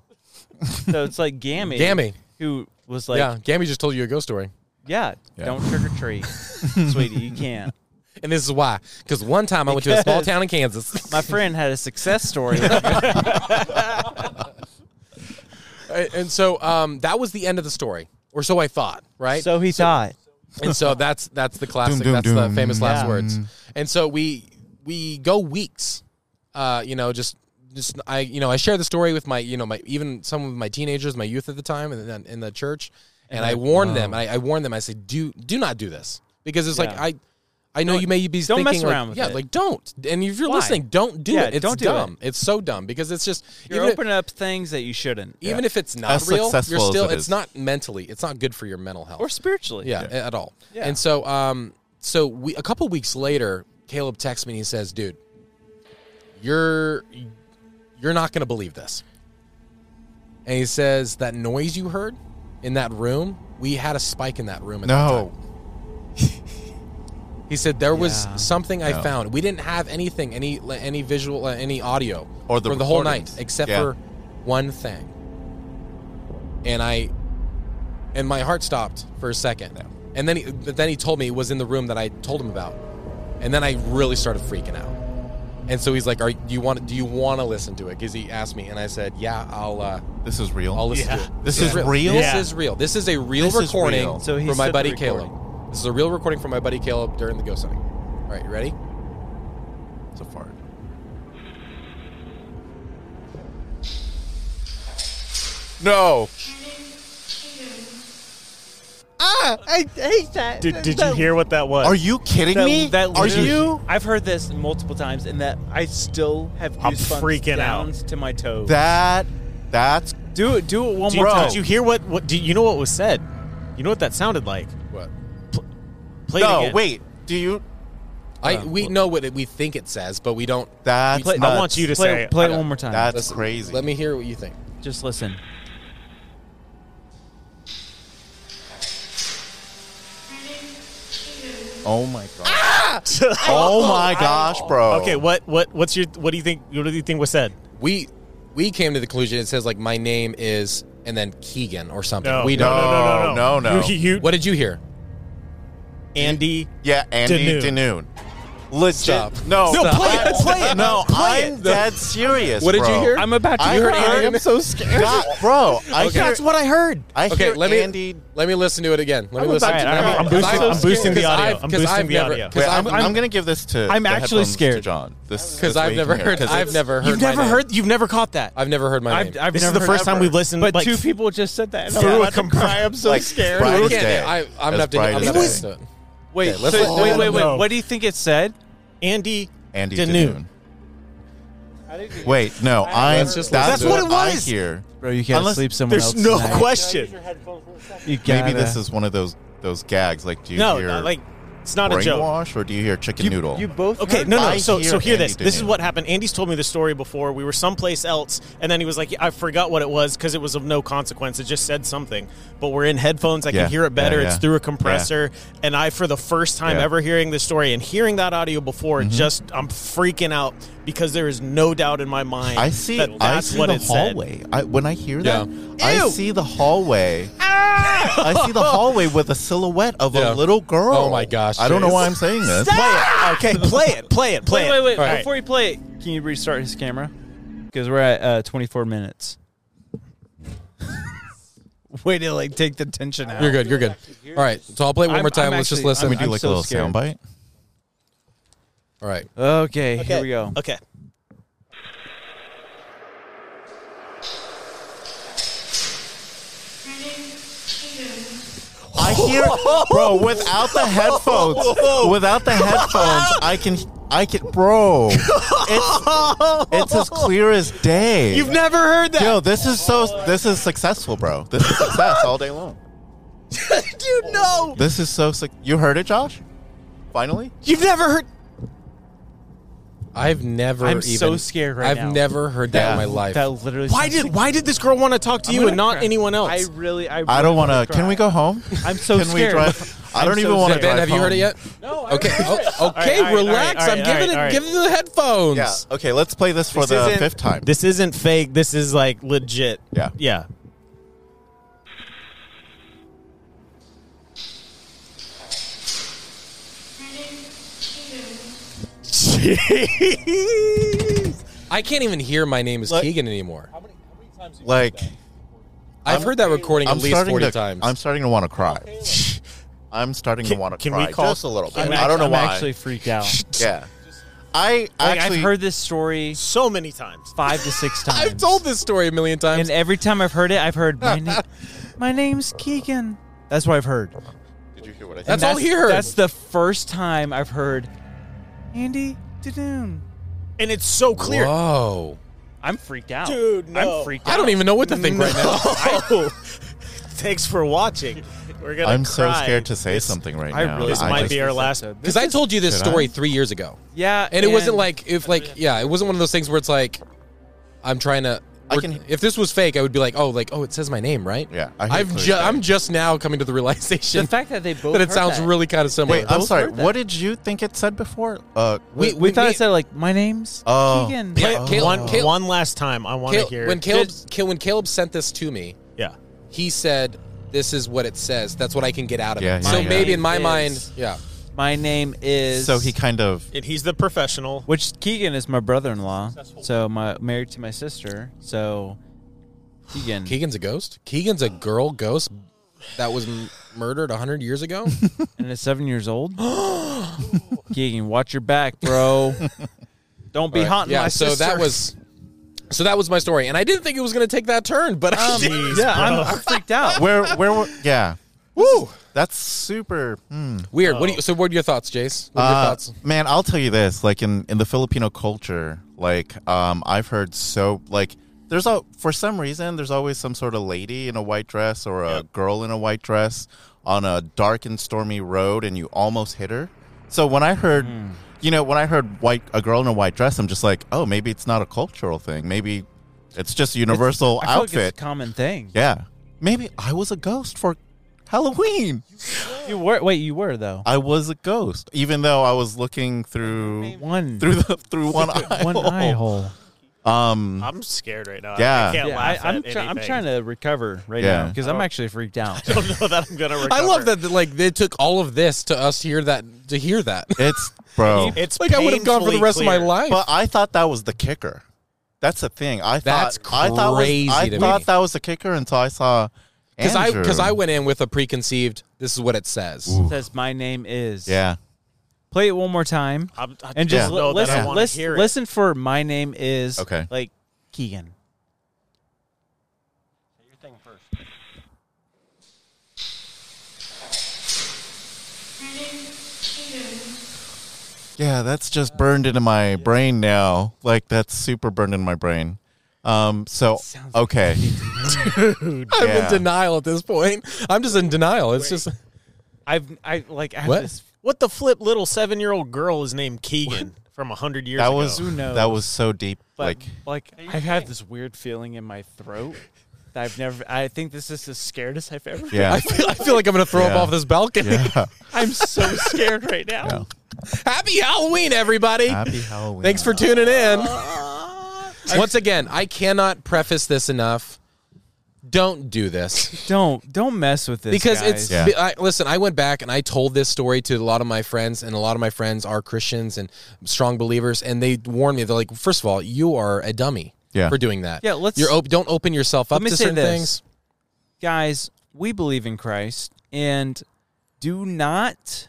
Speaker 1: so it's like Gammy.
Speaker 2: Gammy.
Speaker 1: Who was like,
Speaker 2: yeah,
Speaker 1: yeah,
Speaker 2: Gammy just told you a ghost story,
Speaker 4: Yeah.
Speaker 1: don't trick or treat, sweetie. You can't.
Speaker 2: and this is why. Because one time I went to a small
Speaker 1: Because-
Speaker 2: town in Kansas.
Speaker 1: My friend had a success story.
Speaker 2: And and so um, that was the end of the story, or so I thought, right?
Speaker 1: so he thought.
Speaker 2: and so that's that's the classic,
Speaker 4: Doom, doom,
Speaker 2: that's the
Speaker 4: doom. Mm-hmm.
Speaker 2: famous last
Speaker 1: Yeah.
Speaker 2: words. And so we we go weeks, uh, you know, just just I you know I share the story with my you know my even some of my teenagers, my youth at the time, and then in the church, and, I warned them, I, I warned them, I said, do do not do this because it's
Speaker 1: Yeah.
Speaker 2: like I. I know you may be
Speaker 1: don't
Speaker 2: thinking,
Speaker 1: mess
Speaker 2: like,
Speaker 1: around with
Speaker 2: yeah,
Speaker 1: it.
Speaker 2: like don't. And if you're
Speaker 1: Why?
Speaker 2: listening, don't do
Speaker 1: Yeah,
Speaker 2: it. It's
Speaker 1: don't do it.
Speaker 2: dumb. It's so dumb because it's just
Speaker 1: You're
Speaker 2: even if-
Speaker 1: opening up things that you shouldn't,
Speaker 2: even if it's not
Speaker 4: As
Speaker 2: real, you're
Speaker 4: successful as
Speaker 2: still
Speaker 4: it
Speaker 2: it's
Speaker 4: is.
Speaker 2: not mentally, it's not good for your mental health.
Speaker 1: or spiritually.
Speaker 2: yeah, at all.
Speaker 1: Yeah.
Speaker 2: And so um so we a couple weeks later, Caleb texts me and he says, "Dude, you're you're not going to believe this." And he says, "That noise you heard in that room, we had a spike in that room at that
Speaker 4: No.
Speaker 2: time." He said there was
Speaker 1: Yeah.
Speaker 2: something I
Speaker 4: No.
Speaker 2: found. We didn't have anything, any any visual, uh, any audio,
Speaker 4: Or the
Speaker 2: for the whole night,
Speaker 4: recordings.
Speaker 2: except
Speaker 4: Yeah.
Speaker 2: for one thing. And I, and my heart stopped for a second.
Speaker 4: Yeah.
Speaker 2: And then, he, but then he told me it was in the room that I told him about. And then I really started freaking out. And so he's like, "Are do you want? Do you want to listen to it?" Because he asked me, and I said, "Yeah, I'll, uh,
Speaker 4: This is real.
Speaker 2: I'll listen to
Speaker 3: Yeah.
Speaker 2: it."
Speaker 4: This is real?
Speaker 2: This
Speaker 3: Yeah.
Speaker 2: is real. This is a real
Speaker 4: This is
Speaker 2: recording
Speaker 4: real.
Speaker 1: So he
Speaker 2: from my
Speaker 1: said the
Speaker 2: buddy
Speaker 1: recording.
Speaker 2: Caleb. This is a real recording from my buddy Caleb during the ghost hunting. All right, you ready?
Speaker 4: It's a fart. No.
Speaker 3: Did, did you hear what that was?
Speaker 4: Are you kidding
Speaker 1: That-
Speaker 4: me?
Speaker 1: that
Speaker 4: Are
Speaker 1: literally-
Speaker 4: you?
Speaker 1: I've heard this multiple times, and that I still have
Speaker 3: I'm
Speaker 1: goosebumps
Speaker 3: freaking out.
Speaker 1: downs to my toes.
Speaker 4: That. That's.
Speaker 1: do it. Do it one
Speaker 3: Do you-
Speaker 1: more
Speaker 4: Bro.
Speaker 1: time.
Speaker 3: Did you hear what? What? Do you know what was said? You know what that sounded like?
Speaker 2: What?
Speaker 3: Play it
Speaker 4: no.
Speaker 3: again.
Speaker 4: Wait. Do you? Uh,
Speaker 2: I we know what it, we think it says, but we don't.
Speaker 4: That's.
Speaker 1: Play- I
Speaker 3: I
Speaker 4: nuts.
Speaker 3: want you to
Speaker 1: Play,
Speaker 3: say.
Speaker 1: play it
Speaker 2: Okay.
Speaker 1: one more time.
Speaker 4: That's
Speaker 2: Listen,
Speaker 4: crazy.
Speaker 2: Let me hear what you think.
Speaker 1: Just listen.
Speaker 4: Oh my god. oh my gosh, bro.
Speaker 3: Okay. What? What? What's your? What do you think? What do you think was said?
Speaker 2: We we came to the conclusion. It says like my name is and then Keegan or something.
Speaker 3: No.
Speaker 2: we
Speaker 3: no.
Speaker 2: don't.
Speaker 3: No. No. No.
Speaker 4: No, no.
Speaker 3: You, you,
Speaker 2: What did you hear?
Speaker 3: Andy.
Speaker 4: Yeah, Andy Danoon.
Speaker 3: Danoon.
Speaker 4: Legit.
Speaker 2: Stop.
Speaker 4: No.
Speaker 3: No, play it,
Speaker 4: I'm-
Speaker 3: play it,
Speaker 4: No,
Speaker 3: play
Speaker 4: I'm
Speaker 3: it.
Speaker 4: dead serious.
Speaker 2: What did you
Speaker 4: bro.
Speaker 2: hear?
Speaker 1: I'm about to.
Speaker 4: I
Speaker 1: hear
Speaker 4: heard.
Speaker 1: it.
Speaker 4: I'm so scared. bro, I hear.
Speaker 3: That's what I heard.
Speaker 4: I hear
Speaker 2: Okay, let me
Speaker 4: Andy.
Speaker 2: let me listen to it again. Let me listen.
Speaker 3: about
Speaker 2: to
Speaker 3: to-
Speaker 2: it.
Speaker 3: I'm- I'm
Speaker 2: Because
Speaker 3: boosting- I'm boosting the
Speaker 2: because
Speaker 3: audio.
Speaker 2: I've-
Speaker 3: I'm
Speaker 2: because
Speaker 3: boosting
Speaker 2: I've
Speaker 3: the
Speaker 2: never-
Speaker 3: audio.
Speaker 2: because
Speaker 4: Wait, I'm,
Speaker 2: I've-
Speaker 4: I'm, gonna give this to.
Speaker 1: I'm
Speaker 4: the
Speaker 1: actually
Speaker 4: headphones
Speaker 1: scared.
Speaker 4: to John. This
Speaker 2: Because
Speaker 4: this
Speaker 2: I've
Speaker 4: week
Speaker 2: never
Speaker 4: here,
Speaker 2: heard.
Speaker 4: 'cause
Speaker 2: I've
Speaker 4: it's-
Speaker 2: never heard.
Speaker 3: You've
Speaker 2: my
Speaker 3: never
Speaker 2: name.
Speaker 3: heard. You've never caught that.
Speaker 2: I've never heard my
Speaker 1: I've,
Speaker 2: name.
Speaker 1: I've
Speaker 3: this is
Speaker 1: never
Speaker 3: the
Speaker 1: heard
Speaker 3: first
Speaker 1: that
Speaker 3: time
Speaker 1: word.
Speaker 3: we've listened.
Speaker 1: But
Speaker 3: like,
Speaker 1: two people just said that. and
Speaker 3: through
Speaker 1: I'm
Speaker 3: a
Speaker 1: about to
Speaker 3: compar-
Speaker 1: cry. I'm so
Speaker 4: Like,
Speaker 1: scared.
Speaker 4: Brian-
Speaker 2: I
Speaker 4: Bright
Speaker 2: can't.
Speaker 4: as day.
Speaker 2: I, I'm
Speaker 4: As
Speaker 2: not.
Speaker 4: bright
Speaker 2: I'm
Speaker 4: as
Speaker 2: not
Speaker 4: day.
Speaker 2: listen to it.
Speaker 1: Wait,
Speaker 2: Okay, let's-
Speaker 1: so- wait, wait, wait.
Speaker 3: No.
Speaker 1: What do you think it said?
Speaker 3: Andy
Speaker 4: Andy
Speaker 5: Danoon.
Speaker 4: Danoon. Wait, no, I'm.
Speaker 12: That's
Speaker 4: That's,
Speaker 12: just-
Speaker 5: That's what it
Speaker 4: I
Speaker 5: was.
Speaker 4: hear.
Speaker 1: Bro, you can't
Speaker 4: Unless-
Speaker 1: sleep somewhere
Speaker 5: There's
Speaker 1: else.
Speaker 5: no
Speaker 1: tonight.
Speaker 5: question.
Speaker 1: You
Speaker 4: Maybe
Speaker 1: gotta-
Speaker 4: this is one of those those gags. Like, do you
Speaker 5: No,
Speaker 4: hear
Speaker 5: no, like it's not a joke.
Speaker 4: brainwash or do you hear chicken
Speaker 1: you,
Speaker 4: noodle?
Speaker 1: You both.
Speaker 5: Okay,
Speaker 1: heard
Speaker 5: no, no.
Speaker 4: I
Speaker 5: So,
Speaker 4: hear
Speaker 5: so hear
Speaker 4: Andy
Speaker 5: this. This is
Speaker 4: Danoon.
Speaker 5: what happened. Andy's told me the story before. We were someplace else, and then he was like, "I forgot what it was because it was of no consequence. It just said something." But we're in headphones. I
Speaker 4: Yeah,
Speaker 5: can hear it better.
Speaker 4: yeah,
Speaker 5: It's
Speaker 4: yeah.
Speaker 5: through a compressor, and I, for the first time
Speaker 4: Yeah. Mm-hmm.
Speaker 5: ever, hearing this story and hearing that audio before, just I'm freaking out because there is no doubt in my mind.
Speaker 4: I see.
Speaker 5: That
Speaker 4: I
Speaker 5: that's
Speaker 4: see
Speaker 5: what
Speaker 4: the
Speaker 5: it said.
Speaker 4: hallway. I, when I hear that,
Speaker 2: Yeah.
Speaker 4: I
Speaker 5: Ew.
Speaker 4: see the hallway. I see the hallway with a silhouette of
Speaker 2: Yeah.
Speaker 4: a little girl.
Speaker 2: Oh my gosh,
Speaker 4: I don't know
Speaker 2: Chase.
Speaker 4: why I'm saying this.
Speaker 5: Play it. Okay, play it. Play it. Play
Speaker 1: Wait, wait, wait.
Speaker 5: it. All right.
Speaker 1: Before you play it, can you restart his camera? Because we're at uh, 24 minutes. Way to like take the tension out.
Speaker 2: You're good. You're good. All right. So I'll play it one
Speaker 1: I'm-
Speaker 2: more time.
Speaker 1: I'm
Speaker 2: Let's just
Speaker 1: actually-
Speaker 2: listen.
Speaker 4: Can we do
Speaker 1: I'm
Speaker 4: like
Speaker 1: so
Speaker 4: a little
Speaker 1: scared.
Speaker 4: soundbite?
Speaker 2: All right.
Speaker 1: Okay,
Speaker 5: Okay.
Speaker 1: here we go.
Speaker 5: Okay.
Speaker 4: I hear, bro. Without the headphones, without the headphones, I can, I can, bro. It's, it's as clear as day.
Speaker 5: You've never heard that.
Speaker 4: Yo, this is so. This is successful, bro. This is success all day long.
Speaker 5: Dude, no!
Speaker 4: This is so. Suc- you heard it, Josh? Finally.
Speaker 5: You've never heard.
Speaker 2: I've never.
Speaker 1: I'm
Speaker 2: even,
Speaker 1: so scared right
Speaker 2: I've
Speaker 1: now.
Speaker 2: never heard that in my
Speaker 4: Yeah.
Speaker 2: life.
Speaker 1: That literally.
Speaker 5: Why did Why did this girl want to talk to you and not anyone else?
Speaker 1: I really. I,
Speaker 4: I don't want to. Can we go home?
Speaker 1: I'm so
Speaker 4: can
Speaker 1: scared.
Speaker 4: we drive? I don't
Speaker 1: I'm
Speaker 4: even
Speaker 1: so
Speaker 4: want to
Speaker 1: scared.
Speaker 4: drive.
Speaker 2: ben, have you
Speaker 4: home.
Speaker 2: heard it yet?
Speaker 1: No.
Speaker 2: Okay. Oh, okay.
Speaker 12: All right, all right,
Speaker 2: relax.
Speaker 12: all right, all right,
Speaker 2: I'm giving
Speaker 12: all
Speaker 2: it.
Speaker 12: right.
Speaker 2: Give them the headphones.
Speaker 4: Yeah. Okay. Let's play this for
Speaker 5: This
Speaker 4: the
Speaker 5: isn't-
Speaker 4: fifth time.
Speaker 5: this isn't fake. This is like legit.
Speaker 4: Yeah.
Speaker 5: Yeah. Jeez.
Speaker 2: I can't even hear my name is
Speaker 4: Look-
Speaker 2: Keegan anymore.
Speaker 4: like,
Speaker 2: I've heard that recording
Speaker 4: I'm
Speaker 2: at least
Speaker 4: starting
Speaker 2: 40
Speaker 4: to.
Speaker 2: times.
Speaker 4: I'm starting to want to cry. I'm starting
Speaker 5: Can-
Speaker 4: to want to
Speaker 5: can
Speaker 4: cry
Speaker 5: we call-
Speaker 4: just a little bit.
Speaker 5: can we-
Speaker 4: I don't know
Speaker 1: I'm
Speaker 4: why.
Speaker 1: actually freaked out.
Speaker 4: yeah. I
Speaker 1: Like,
Speaker 4: actually
Speaker 1: I've heard this story
Speaker 5: So many times.
Speaker 1: five to six times.
Speaker 2: I've told this story a million times.
Speaker 1: And every time I've heard it, I've heard my name. My name's Keegan. That's what I've heard.
Speaker 4: Did you hear what I said?
Speaker 2: That's all he heard.
Speaker 1: That's the first time I've heard Andy Dadoon.
Speaker 5: And it's so clear.
Speaker 2: Whoa.
Speaker 1: I'm freaked out,
Speaker 5: Dude, no.
Speaker 1: I'm freaked out.
Speaker 2: I don't even know what to think right now.
Speaker 5: No. Thanks for watching. We're gonna
Speaker 4: I'm so
Speaker 5: cry.
Speaker 4: scared to say
Speaker 5: This-
Speaker 4: something right
Speaker 1: I
Speaker 4: now.
Speaker 1: really
Speaker 5: This
Speaker 4: I
Speaker 5: might
Speaker 4: just-
Speaker 5: be our last.
Speaker 2: Because I told you this
Speaker 4: Did I?
Speaker 2: story three years ago.
Speaker 1: Yeah,
Speaker 2: and it wasn't like if like yeah, it wasn't one of those things where it's like I'm trying to.
Speaker 4: I
Speaker 2: we're-
Speaker 4: can-
Speaker 2: if this was fake, I would be like, oh, like oh, it says my name, right?
Speaker 4: Yeah, I hear
Speaker 2: I've
Speaker 4: clear
Speaker 2: ju-
Speaker 4: as day.
Speaker 2: I'm just now coming to the realization
Speaker 1: the fact that they both.
Speaker 2: that it
Speaker 1: heard
Speaker 2: sounds
Speaker 1: that.
Speaker 2: really kind of similar.
Speaker 4: Wait, I'm
Speaker 1: both
Speaker 4: sorry.
Speaker 1: heard that.
Speaker 4: What did you think it said before? Uh,
Speaker 1: We,
Speaker 2: We-
Speaker 1: we,
Speaker 2: we-
Speaker 1: thought
Speaker 2: we-
Speaker 1: it said like my name's
Speaker 4: Oh.
Speaker 1: Keegan.
Speaker 2: Yeah,
Speaker 5: Play-
Speaker 2: Caleb-
Speaker 5: one,
Speaker 2: Caleb-
Speaker 5: one last time. I want to
Speaker 2: Cal-
Speaker 5: hear
Speaker 2: when Caleb Cal- when Caleb sent this to me,
Speaker 5: Yeah.
Speaker 2: he said, "This is what it says. That's what I can get out of
Speaker 4: Yeah,
Speaker 2: it."
Speaker 4: yeah,
Speaker 2: so
Speaker 4: yeah.
Speaker 2: maybe in my
Speaker 1: Is-
Speaker 2: mind, yeah,
Speaker 1: My name is.
Speaker 4: so he kind of
Speaker 5: And he's the professional.
Speaker 1: Which Keegan is my brother-in-law, so my married to my sister. So Keegan,
Speaker 2: Keegan's a ghost. Keegan's a girl ghost that was m- murdered hundred years ago.
Speaker 1: and it's seven years old. Keegan, watch your back, bro. Don't be
Speaker 2: Right.
Speaker 1: haunting
Speaker 2: yeah,
Speaker 1: my
Speaker 2: so
Speaker 1: sister.
Speaker 2: that was. So that was my story, and I didn't think it was going to take that turn, but I did.
Speaker 1: yeah, I'm, I'm freaked out.
Speaker 4: where where were- yeah.
Speaker 2: Woo!
Speaker 4: That's super. Hmm.
Speaker 2: Weird. What do you, so what are your thoughts, Jace? What are your
Speaker 4: Uh,
Speaker 2: thoughts?
Speaker 4: Man, I'll tell you this: like in in the Filipino culture, like um, I've heard so like there's a for some reason there's always some sort of lady in a white dress or a girl in a white dress on a dark and stormy road, and you almost hit her. So when I heard, you know, when I heard white a girl in a white dress, I'm just like, oh, maybe it's not a cultural thing. Maybe it's just a universal
Speaker 1: I feel like
Speaker 4: outfit.
Speaker 1: it's a common thing.
Speaker 4: yeah, maybe I was a ghost for Halloween.
Speaker 1: You were wait, you were though.
Speaker 4: I was a ghost, even though I was looking through
Speaker 1: One
Speaker 4: through the through one eye.
Speaker 1: one eye hole.
Speaker 4: Um,
Speaker 5: I'm scared right now.
Speaker 4: Yeah.
Speaker 5: I can't
Speaker 1: Yeah, I,
Speaker 5: laugh
Speaker 1: I'm
Speaker 5: at
Speaker 1: try- I'm
Speaker 5: anything. Oh.
Speaker 1: trying to recover right
Speaker 4: Yeah.
Speaker 1: now because I'm actually freaked out.
Speaker 5: I don't know that I'm gonna. Recover.
Speaker 2: I love that like they took all of this to us hear that to hear that.
Speaker 4: it's bro.
Speaker 5: It's
Speaker 2: like I would have gone for the rest of my life.
Speaker 4: but I thought that was the kicker. That's the thing. I
Speaker 2: That's
Speaker 4: thought I thought was-
Speaker 2: crazy
Speaker 4: I
Speaker 2: to
Speaker 4: thought
Speaker 2: me.
Speaker 4: that was the kicker until I saw
Speaker 2: Because I
Speaker 4: Andrew.
Speaker 2: because I went in with a preconceived. This is what it says.
Speaker 4: Ooh.
Speaker 1: Says my name is.
Speaker 4: Yeah.
Speaker 1: Play it one more time
Speaker 5: I'm, I
Speaker 1: and
Speaker 5: don't
Speaker 1: just
Speaker 4: Yeah.
Speaker 1: li-
Speaker 5: know that I
Speaker 1: listen.
Speaker 5: want to
Speaker 1: listen,
Speaker 5: hear it.
Speaker 1: listen for my name is.
Speaker 4: Okay.
Speaker 1: Like Keegan.
Speaker 4: Yeah, that's just burned into my brain now. Like that's super burned into my brain. Um, so okay,
Speaker 2: Dude, I'm
Speaker 4: Yeah.
Speaker 2: in denial at this point. I'm just in denial. It's just
Speaker 13: I've I like I have
Speaker 2: What?
Speaker 13: this
Speaker 5: What the flip little seven year old girl is named Keegan from a hundred years
Speaker 4: that
Speaker 5: ago.
Speaker 4: was
Speaker 13: Who knows?
Speaker 4: that was so deep.
Speaker 13: but
Speaker 4: like
Speaker 13: like I have this weird feeling in my throat that I've never I think this is the scaredest I've ever been.
Speaker 4: yeah,
Speaker 2: I feel, I feel like I'm gonna throw up
Speaker 4: Yeah.
Speaker 2: off this balcony.
Speaker 4: yeah.
Speaker 13: I'm so scared right now.
Speaker 4: Yeah.
Speaker 2: Happy Halloween, everybody!
Speaker 4: Happy Halloween.
Speaker 2: Thanks for tuning in. Once again, I cannot preface this enough. Don't do this
Speaker 1: Don't don't mess with this
Speaker 2: because
Speaker 1: guys.
Speaker 2: it's.
Speaker 4: Yeah.
Speaker 2: be- I, listen, I went back and I told this story to a lot of my friends, and a lot of my friends are Christians and strong believers, and they warned me. They're like, first of all, you are a dummy
Speaker 4: Yeah.
Speaker 2: for doing that.
Speaker 1: Yeah, let's-
Speaker 2: You're op- don't open yourself up
Speaker 1: me
Speaker 2: to
Speaker 1: say
Speaker 2: certain
Speaker 1: this.
Speaker 2: things.
Speaker 1: guys, we believe in Christ and do not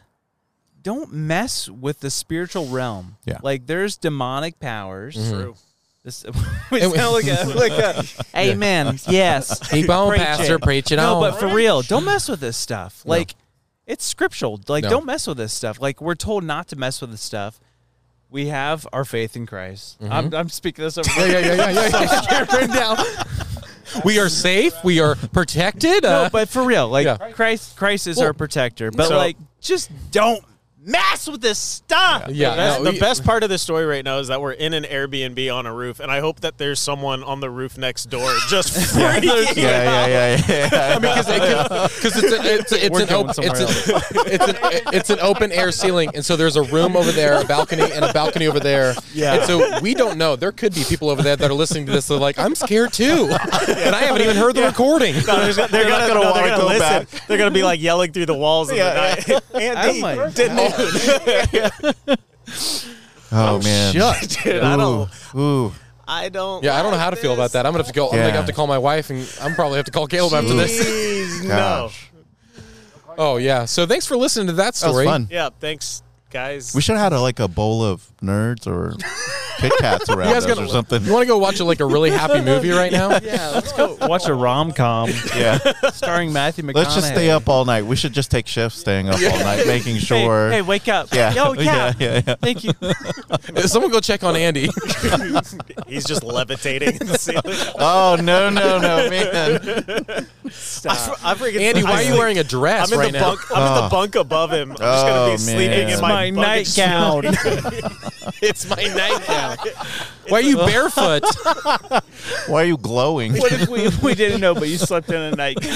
Speaker 1: don't mess with the spiritual realm.
Speaker 4: Yeah.
Speaker 1: Like there's demonic powers.
Speaker 2: Mm-hmm.
Speaker 5: True.
Speaker 1: This we sound like a like a Amen. Yes.
Speaker 2: Keep on,
Speaker 1: Preach it.
Speaker 2: pastor, preach it
Speaker 1: No,
Speaker 2: on.
Speaker 1: but for real, don't mess with this stuff.
Speaker 2: No.
Speaker 1: Like it's scriptural. Like
Speaker 2: No.
Speaker 1: don't mess with this stuff. Like we're told not to mess with this stuff. We have our faith in Christ.
Speaker 2: Mm-hmm.
Speaker 1: I'm, I'm speaking this over.
Speaker 2: yeah, yeah, yeah, yeah, yeah. Written down. We are safe. We are protected.
Speaker 1: no,
Speaker 2: uh,
Speaker 1: but for real, like
Speaker 2: Yeah.
Speaker 1: Christ, Christ is
Speaker 2: Well,
Speaker 1: our protector. But
Speaker 5: so-
Speaker 1: like, just don't mess with this stuff.
Speaker 2: yeah,
Speaker 5: That's-
Speaker 2: no,
Speaker 5: the
Speaker 2: we-
Speaker 5: best part of the story right now is that we're in an Airbnb on a roof, and I hope that there's someone on the roof next door just freaking
Speaker 4: Yeah, yeah, yeah, yeah. yeah.
Speaker 2: because it's a, it's a, it's
Speaker 1: We're
Speaker 2: an
Speaker 1: going
Speaker 2: open
Speaker 1: somewhere
Speaker 2: it's, a, it's an it's an open air ceiling, and so there's a room over there, a balcony, and a balcony over there. Yeah. And so we don't know. There could be people over there that are listening to this. They're like, I'm scared too, and I haven't even heard the recording.
Speaker 5: They're, they're
Speaker 4: not gonna
Speaker 5: gonna, no, they're
Speaker 4: wanna
Speaker 5: gonna
Speaker 4: go
Speaker 5: listen. They're gonna be like yelling through the walls of
Speaker 4: Yeah,
Speaker 5: the night.
Speaker 1: I'm like,
Speaker 4: Oh man.
Speaker 5: Dude, I don't.
Speaker 4: Ooh.
Speaker 5: I don't.
Speaker 2: Yeah, I don't know how to feel about that. I'm gonna have to go. I'm gonna
Speaker 4: Yeah.
Speaker 2: have to call my wife, and I'm probably have to call Caleb after this.
Speaker 5: Jeez, no.
Speaker 4: Gosh.
Speaker 2: Oh yeah. So thanks for listening to that
Speaker 4: That
Speaker 2: story.
Speaker 4: was fun.
Speaker 5: Yeah. Thanks, guys.
Speaker 4: We should have had a, like a bowl of nerds or Kit Kats around
Speaker 2: You guys
Speaker 4: us
Speaker 2: gonna
Speaker 4: or something.
Speaker 2: You want to go watch like a really happy movie right now?
Speaker 1: yeah, let's go watch a rom com
Speaker 4: Yeah.
Speaker 1: starring Matthew McConaughey.
Speaker 4: Let's just stay up all night. We should just take shifts staying up all night, making
Speaker 1: Hey,
Speaker 4: sure.
Speaker 1: Hey, wake up!
Speaker 4: yeah.
Speaker 1: Yo, yeah.
Speaker 4: yeah, yeah, yeah.
Speaker 1: Thank you.
Speaker 2: Someone go check on Andy.
Speaker 5: He's just levitating. in the ceiling.
Speaker 4: Oh no, no, no, man.
Speaker 5: I freaking-
Speaker 2: Andy, why
Speaker 5: I
Speaker 2: are you
Speaker 5: sleep-
Speaker 2: wearing a dress
Speaker 5: I'm in
Speaker 2: right
Speaker 5: the
Speaker 2: now?
Speaker 5: bunk. I'm in the bunk above him. I'm just gonna
Speaker 4: Oh,
Speaker 5: be sleeping
Speaker 4: man.
Speaker 5: in
Speaker 4: It's
Speaker 1: My
Speaker 5: my, bunk and
Speaker 1: nightgown.
Speaker 2: It's my nightgown. Why are you barefoot?
Speaker 4: Why are you glowing?
Speaker 1: what if we, if we didn't know, but you slept in a night?
Speaker 5: I'm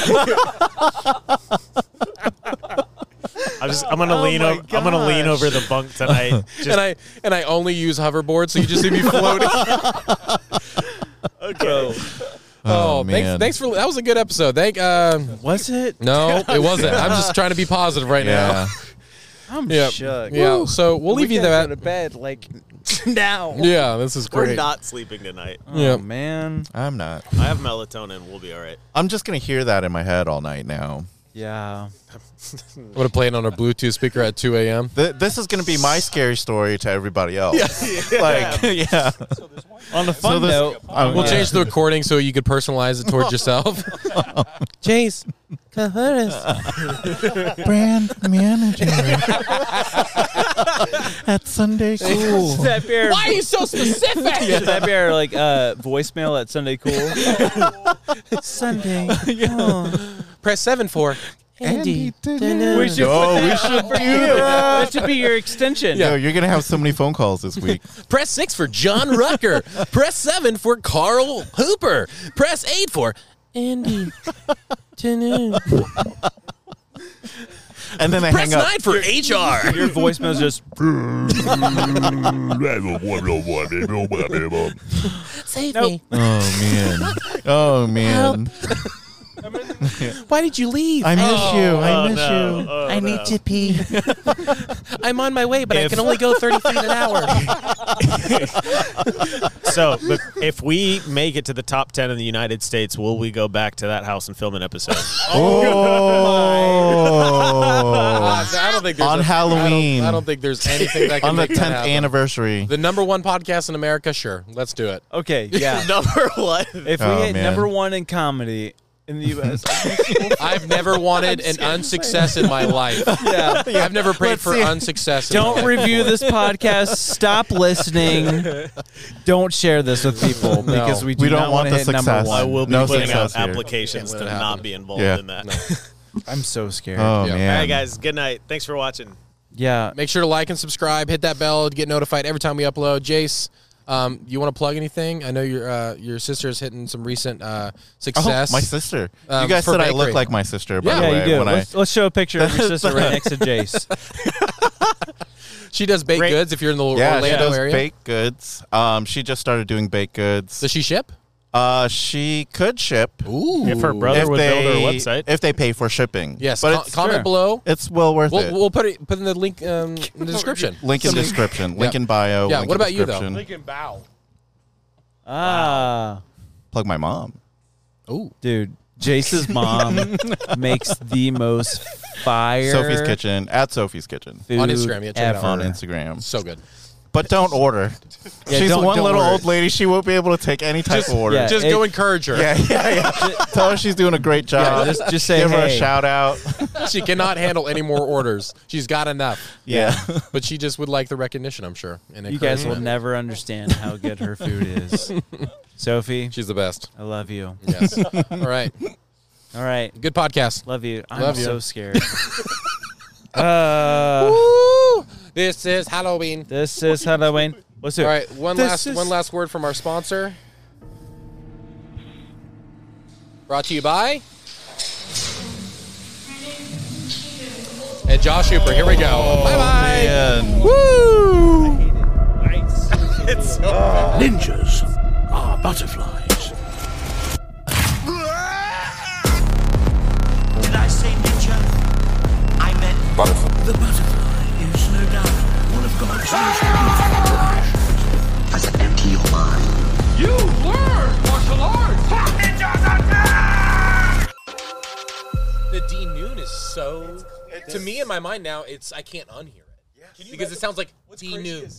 Speaker 5: just. I'm gonna lean.
Speaker 1: my
Speaker 5: Over, I'm gonna lean
Speaker 1: gosh.
Speaker 5: over the bunk tonight. Just
Speaker 2: and I and I only use hoverboards, so you just see me floating.
Speaker 4: Oh,
Speaker 5: okay.
Speaker 2: oh,
Speaker 4: man.
Speaker 2: thanks, thanks for that was a good episode. Thank. Uh,
Speaker 1: Was it?
Speaker 2: no, it wasn't. I'm just trying to be positive right
Speaker 4: yeah.
Speaker 1: I'm
Speaker 2: now. Yeah,
Speaker 1: shook.
Speaker 2: yeah. So we'll leave you
Speaker 1: gotta go to
Speaker 2: that.
Speaker 1: bed like now.
Speaker 2: Yeah, this is
Speaker 5: We're
Speaker 2: great.
Speaker 5: not sleeping tonight.
Speaker 2: yeah.
Speaker 1: Oh man.
Speaker 4: I'm not.
Speaker 5: I have melatonin. We'll be all right.
Speaker 4: I'm just gonna hear that in my head all night now.
Speaker 1: Yeah.
Speaker 2: I'm gonna play it on a Bluetooth speaker at 2 a.m.
Speaker 4: Th- this is gonna be my scary story to everybody else. Like, yeah.
Speaker 1: On the fun
Speaker 4: this-
Speaker 1: note,
Speaker 4: Um,
Speaker 2: We'll
Speaker 4: yeah.
Speaker 2: change the recording so you could personalize it towards yourself.
Speaker 1: Chase, Cahotis.
Speaker 4: brand manager at Sunday Cool.
Speaker 1: that bear.
Speaker 6: Why are you so specific?
Speaker 1: Yeah. That bear like uh, voicemail at Sunday Cool. Sunday.
Speaker 2: Press seven for.
Speaker 4: Andy,
Speaker 1: We should
Speaker 4: No,
Speaker 1: put
Speaker 4: we
Speaker 1: that
Speaker 4: should
Speaker 1: up for
Speaker 4: do
Speaker 1: you.
Speaker 4: that.
Speaker 1: should be your extension.
Speaker 4: Yo, you're gonna have so many phone calls this week.
Speaker 2: Press six for John Rucker. Press seven for Carl Hooper. Press eight for Andy.
Speaker 4: And then they
Speaker 2: Press
Speaker 4: hang up.
Speaker 2: nine for HR.
Speaker 1: Your voicemail's just
Speaker 6: Save me.
Speaker 4: Oh man. Oh man.
Speaker 2: Why did you leave?
Speaker 4: I miss you. I miss you.
Speaker 5: oh,
Speaker 6: I need to pee.
Speaker 2: I'm on my way, but
Speaker 5: If-
Speaker 2: I can only go 30 feet an hour.
Speaker 5: So, but if we make it to the top ten in the United States, will we go back to that house and film an episode?
Speaker 4: Oh.
Speaker 2: I don't think there's
Speaker 4: On
Speaker 2: a- I don't-
Speaker 4: Halloween.
Speaker 2: I don't, think there's anything that can
Speaker 4: On the
Speaker 2: make that
Speaker 4: 10th
Speaker 2: happen.
Speaker 4: anniversary.
Speaker 2: The number one podcast in America. Sure, let's do it.
Speaker 1: okay. Yeah.
Speaker 5: Number one.
Speaker 1: If we
Speaker 4: Oh,
Speaker 1: hit
Speaker 4: man.
Speaker 1: number one in comedy, in the U.S.
Speaker 2: I've never wanted an unsuccess in my life.
Speaker 1: yeah.
Speaker 2: I've never prayed for unsuccess. in my
Speaker 1: Don't
Speaker 2: life
Speaker 1: review
Speaker 2: before.
Speaker 1: this podcast. Stop listening. Don't share this with people
Speaker 2: No.
Speaker 1: because we do
Speaker 4: We don't
Speaker 1: not
Speaker 4: want
Speaker 1: wanna
Speaker 4: the
Speaker 1: hit number
Speaker 4: success.
Speaker 1: one.
Speaker 4: I
Speaker 5: We'll be
Speaker 4: No
Speaker 5: putting out
Speaker 4: success here.
Speaker 5: applications
Speaker 2: Can't
Speaker 5: to
Speaker 2: let it
Speaker 5: not
Speaker 2: happen.
Speaker 5: be involved
Speaker 4: Yeah.
Speaker 5: in that.
Speaker 1: I'm so scared.
Speaker 4: Oh
Speaker 2: Yeah.
Speaker 4: man!
Speaker 5: All right, guys. Good night. Thanks for watching.
Speaker 1: yeah.
Speaker 2: Make sure to like and subscribe. Hit that bell to get notified every time we upload. Jace, um, you want to plug anything? I know your uh, your sister is hitting some recent uh,
Speaker 4: Oh,
Speaker 2: success.
Speaker 4: my sister.
Speaker 2: Um,
Speaker 4: you guys
Speaker 2: for
Speaker 4: said I
Speaker 2: bakery.
Speaker 4: look like my sister. By
Speaker 2: Yeah.
Speaker 4: the
Speaker 1: Yeah,
Speaker 4: way,
Speaker 1: you do.
Speaker 4: when I
Speaker 1: Let's, let's show a picture of your sister right next to Jace.
Speaker 2: She does baked
Speaker 5: Great.
Speaker 2: goods if you're in the
Speaker 4: yeah, she
Speaker 2: Orlando
Speaker 4: does
Speaker 2: area.
Speaker 4: baked goods. Um, she just started doing baked goods.
Speaker 2: Does she ship?
Speaker 4: Uh, she could ship.
Speaker 2: Ooh.
Speaker 5: If her brother
Speaker 4: if
Speaker 5: would
Speaker 4: they,
Speaker 5: build her website.
Speaker 4: if they pay for shipping.
Speaker 2: Yes.
Speaker 4: but
Speaker 2: com-
Speaker 4: it's,
Speaker 2: comment
Speaker 1: Sure.
Speaker 2: below.
Speaker 4: it's well worth
Speaker 2: We'll,
Speaker 4: it.
Speaker 2: we'll put it put in the link um, in the description.
Speaker 4: link in description. Link in bio.
Speaker 2: Yeah,
Speaker 4: link
Speaker 2: what
Speaker 4: in
Speaker 2: about you, though?
Speaker 4: description.
Speaker 1: Ah,
Speaker 4: Plug my mom.
Speaker 2: Ooh.
Speaker 1: dude. Jace's mom makes the most fire
Speaker 4: Sophie's Kitchen at Sophie's Kitchen
Speaker 1: food
Speaker 2: On Instagram, yeah, check it out.
Speaker 1: ever.
Speaker 4: on Instagram.
Speaker 2: So good.
Speaker 4: But don't order.
Speaker 1: Yeah,
Speaker 4: She's
Speaker 1: don't-
Speaker 4: one
Speaker 1: don't
Speaker 4: little
Speaker 1: order.
Speaker 4: old lady. She won't be able to take any type of order.
Speaker 1: yeah.
Speaker 2: Just
Speaker 1: Uh, it-
Speaker 2: go encourage her.
Speaker 4: Yeah, yeah, yeah. Tell her she's doing a great
Speaker 1: Yeah,
Speaker 4: job.
Speaker 1: just, just say
Speaker 4: Give
Speaker 1: hey.
Speaker 4: her a shout out.
Speaker 2: She cannot handle any more orders. She's got enough.
Speaker 4: Yeah.
Speaker 2: But she just would like the recognition, I'm sure. And
Speaker 1: You guys will
Speaker 2: encouragement.
Speaker 1: never understand how good her food is. Sophie,
Speaker 2: She's the best.
Speaker 1: I love you.
Speaker 2: Yes. All right.
Speaker 1: All right.
Speaker 2: Good podcast.
Speaker 1: Love you. I'm
Speaker 2: Love you.
Speaker 1: so scared. uh,
Speaker 2: Woo! This is Halloween.
Speaker 1: this is Halloween. What's it?
Speaker 2: All right, one
Speaker 1: This
Speaker 2: last
Speaker 1: is-
Speaker 2: one last word from our sponsor. Brought to you by and Josh Hooper. Here we go.
Speaker 1: Oh,
Speaker 2: bye bye.
Speaker 4: And-
Speaker 6: Ninjas are butterflies.
Speaker 14: Did I say ninja? I meant butterfly. The butterfly is no doubt one of God's most beautiful creatures. That's an empty your mind. You learn martial arts. Ninjas are
Speaker 2: The D noon is so to me in my mind now. It's I can't unhear it because it sounds like D noon.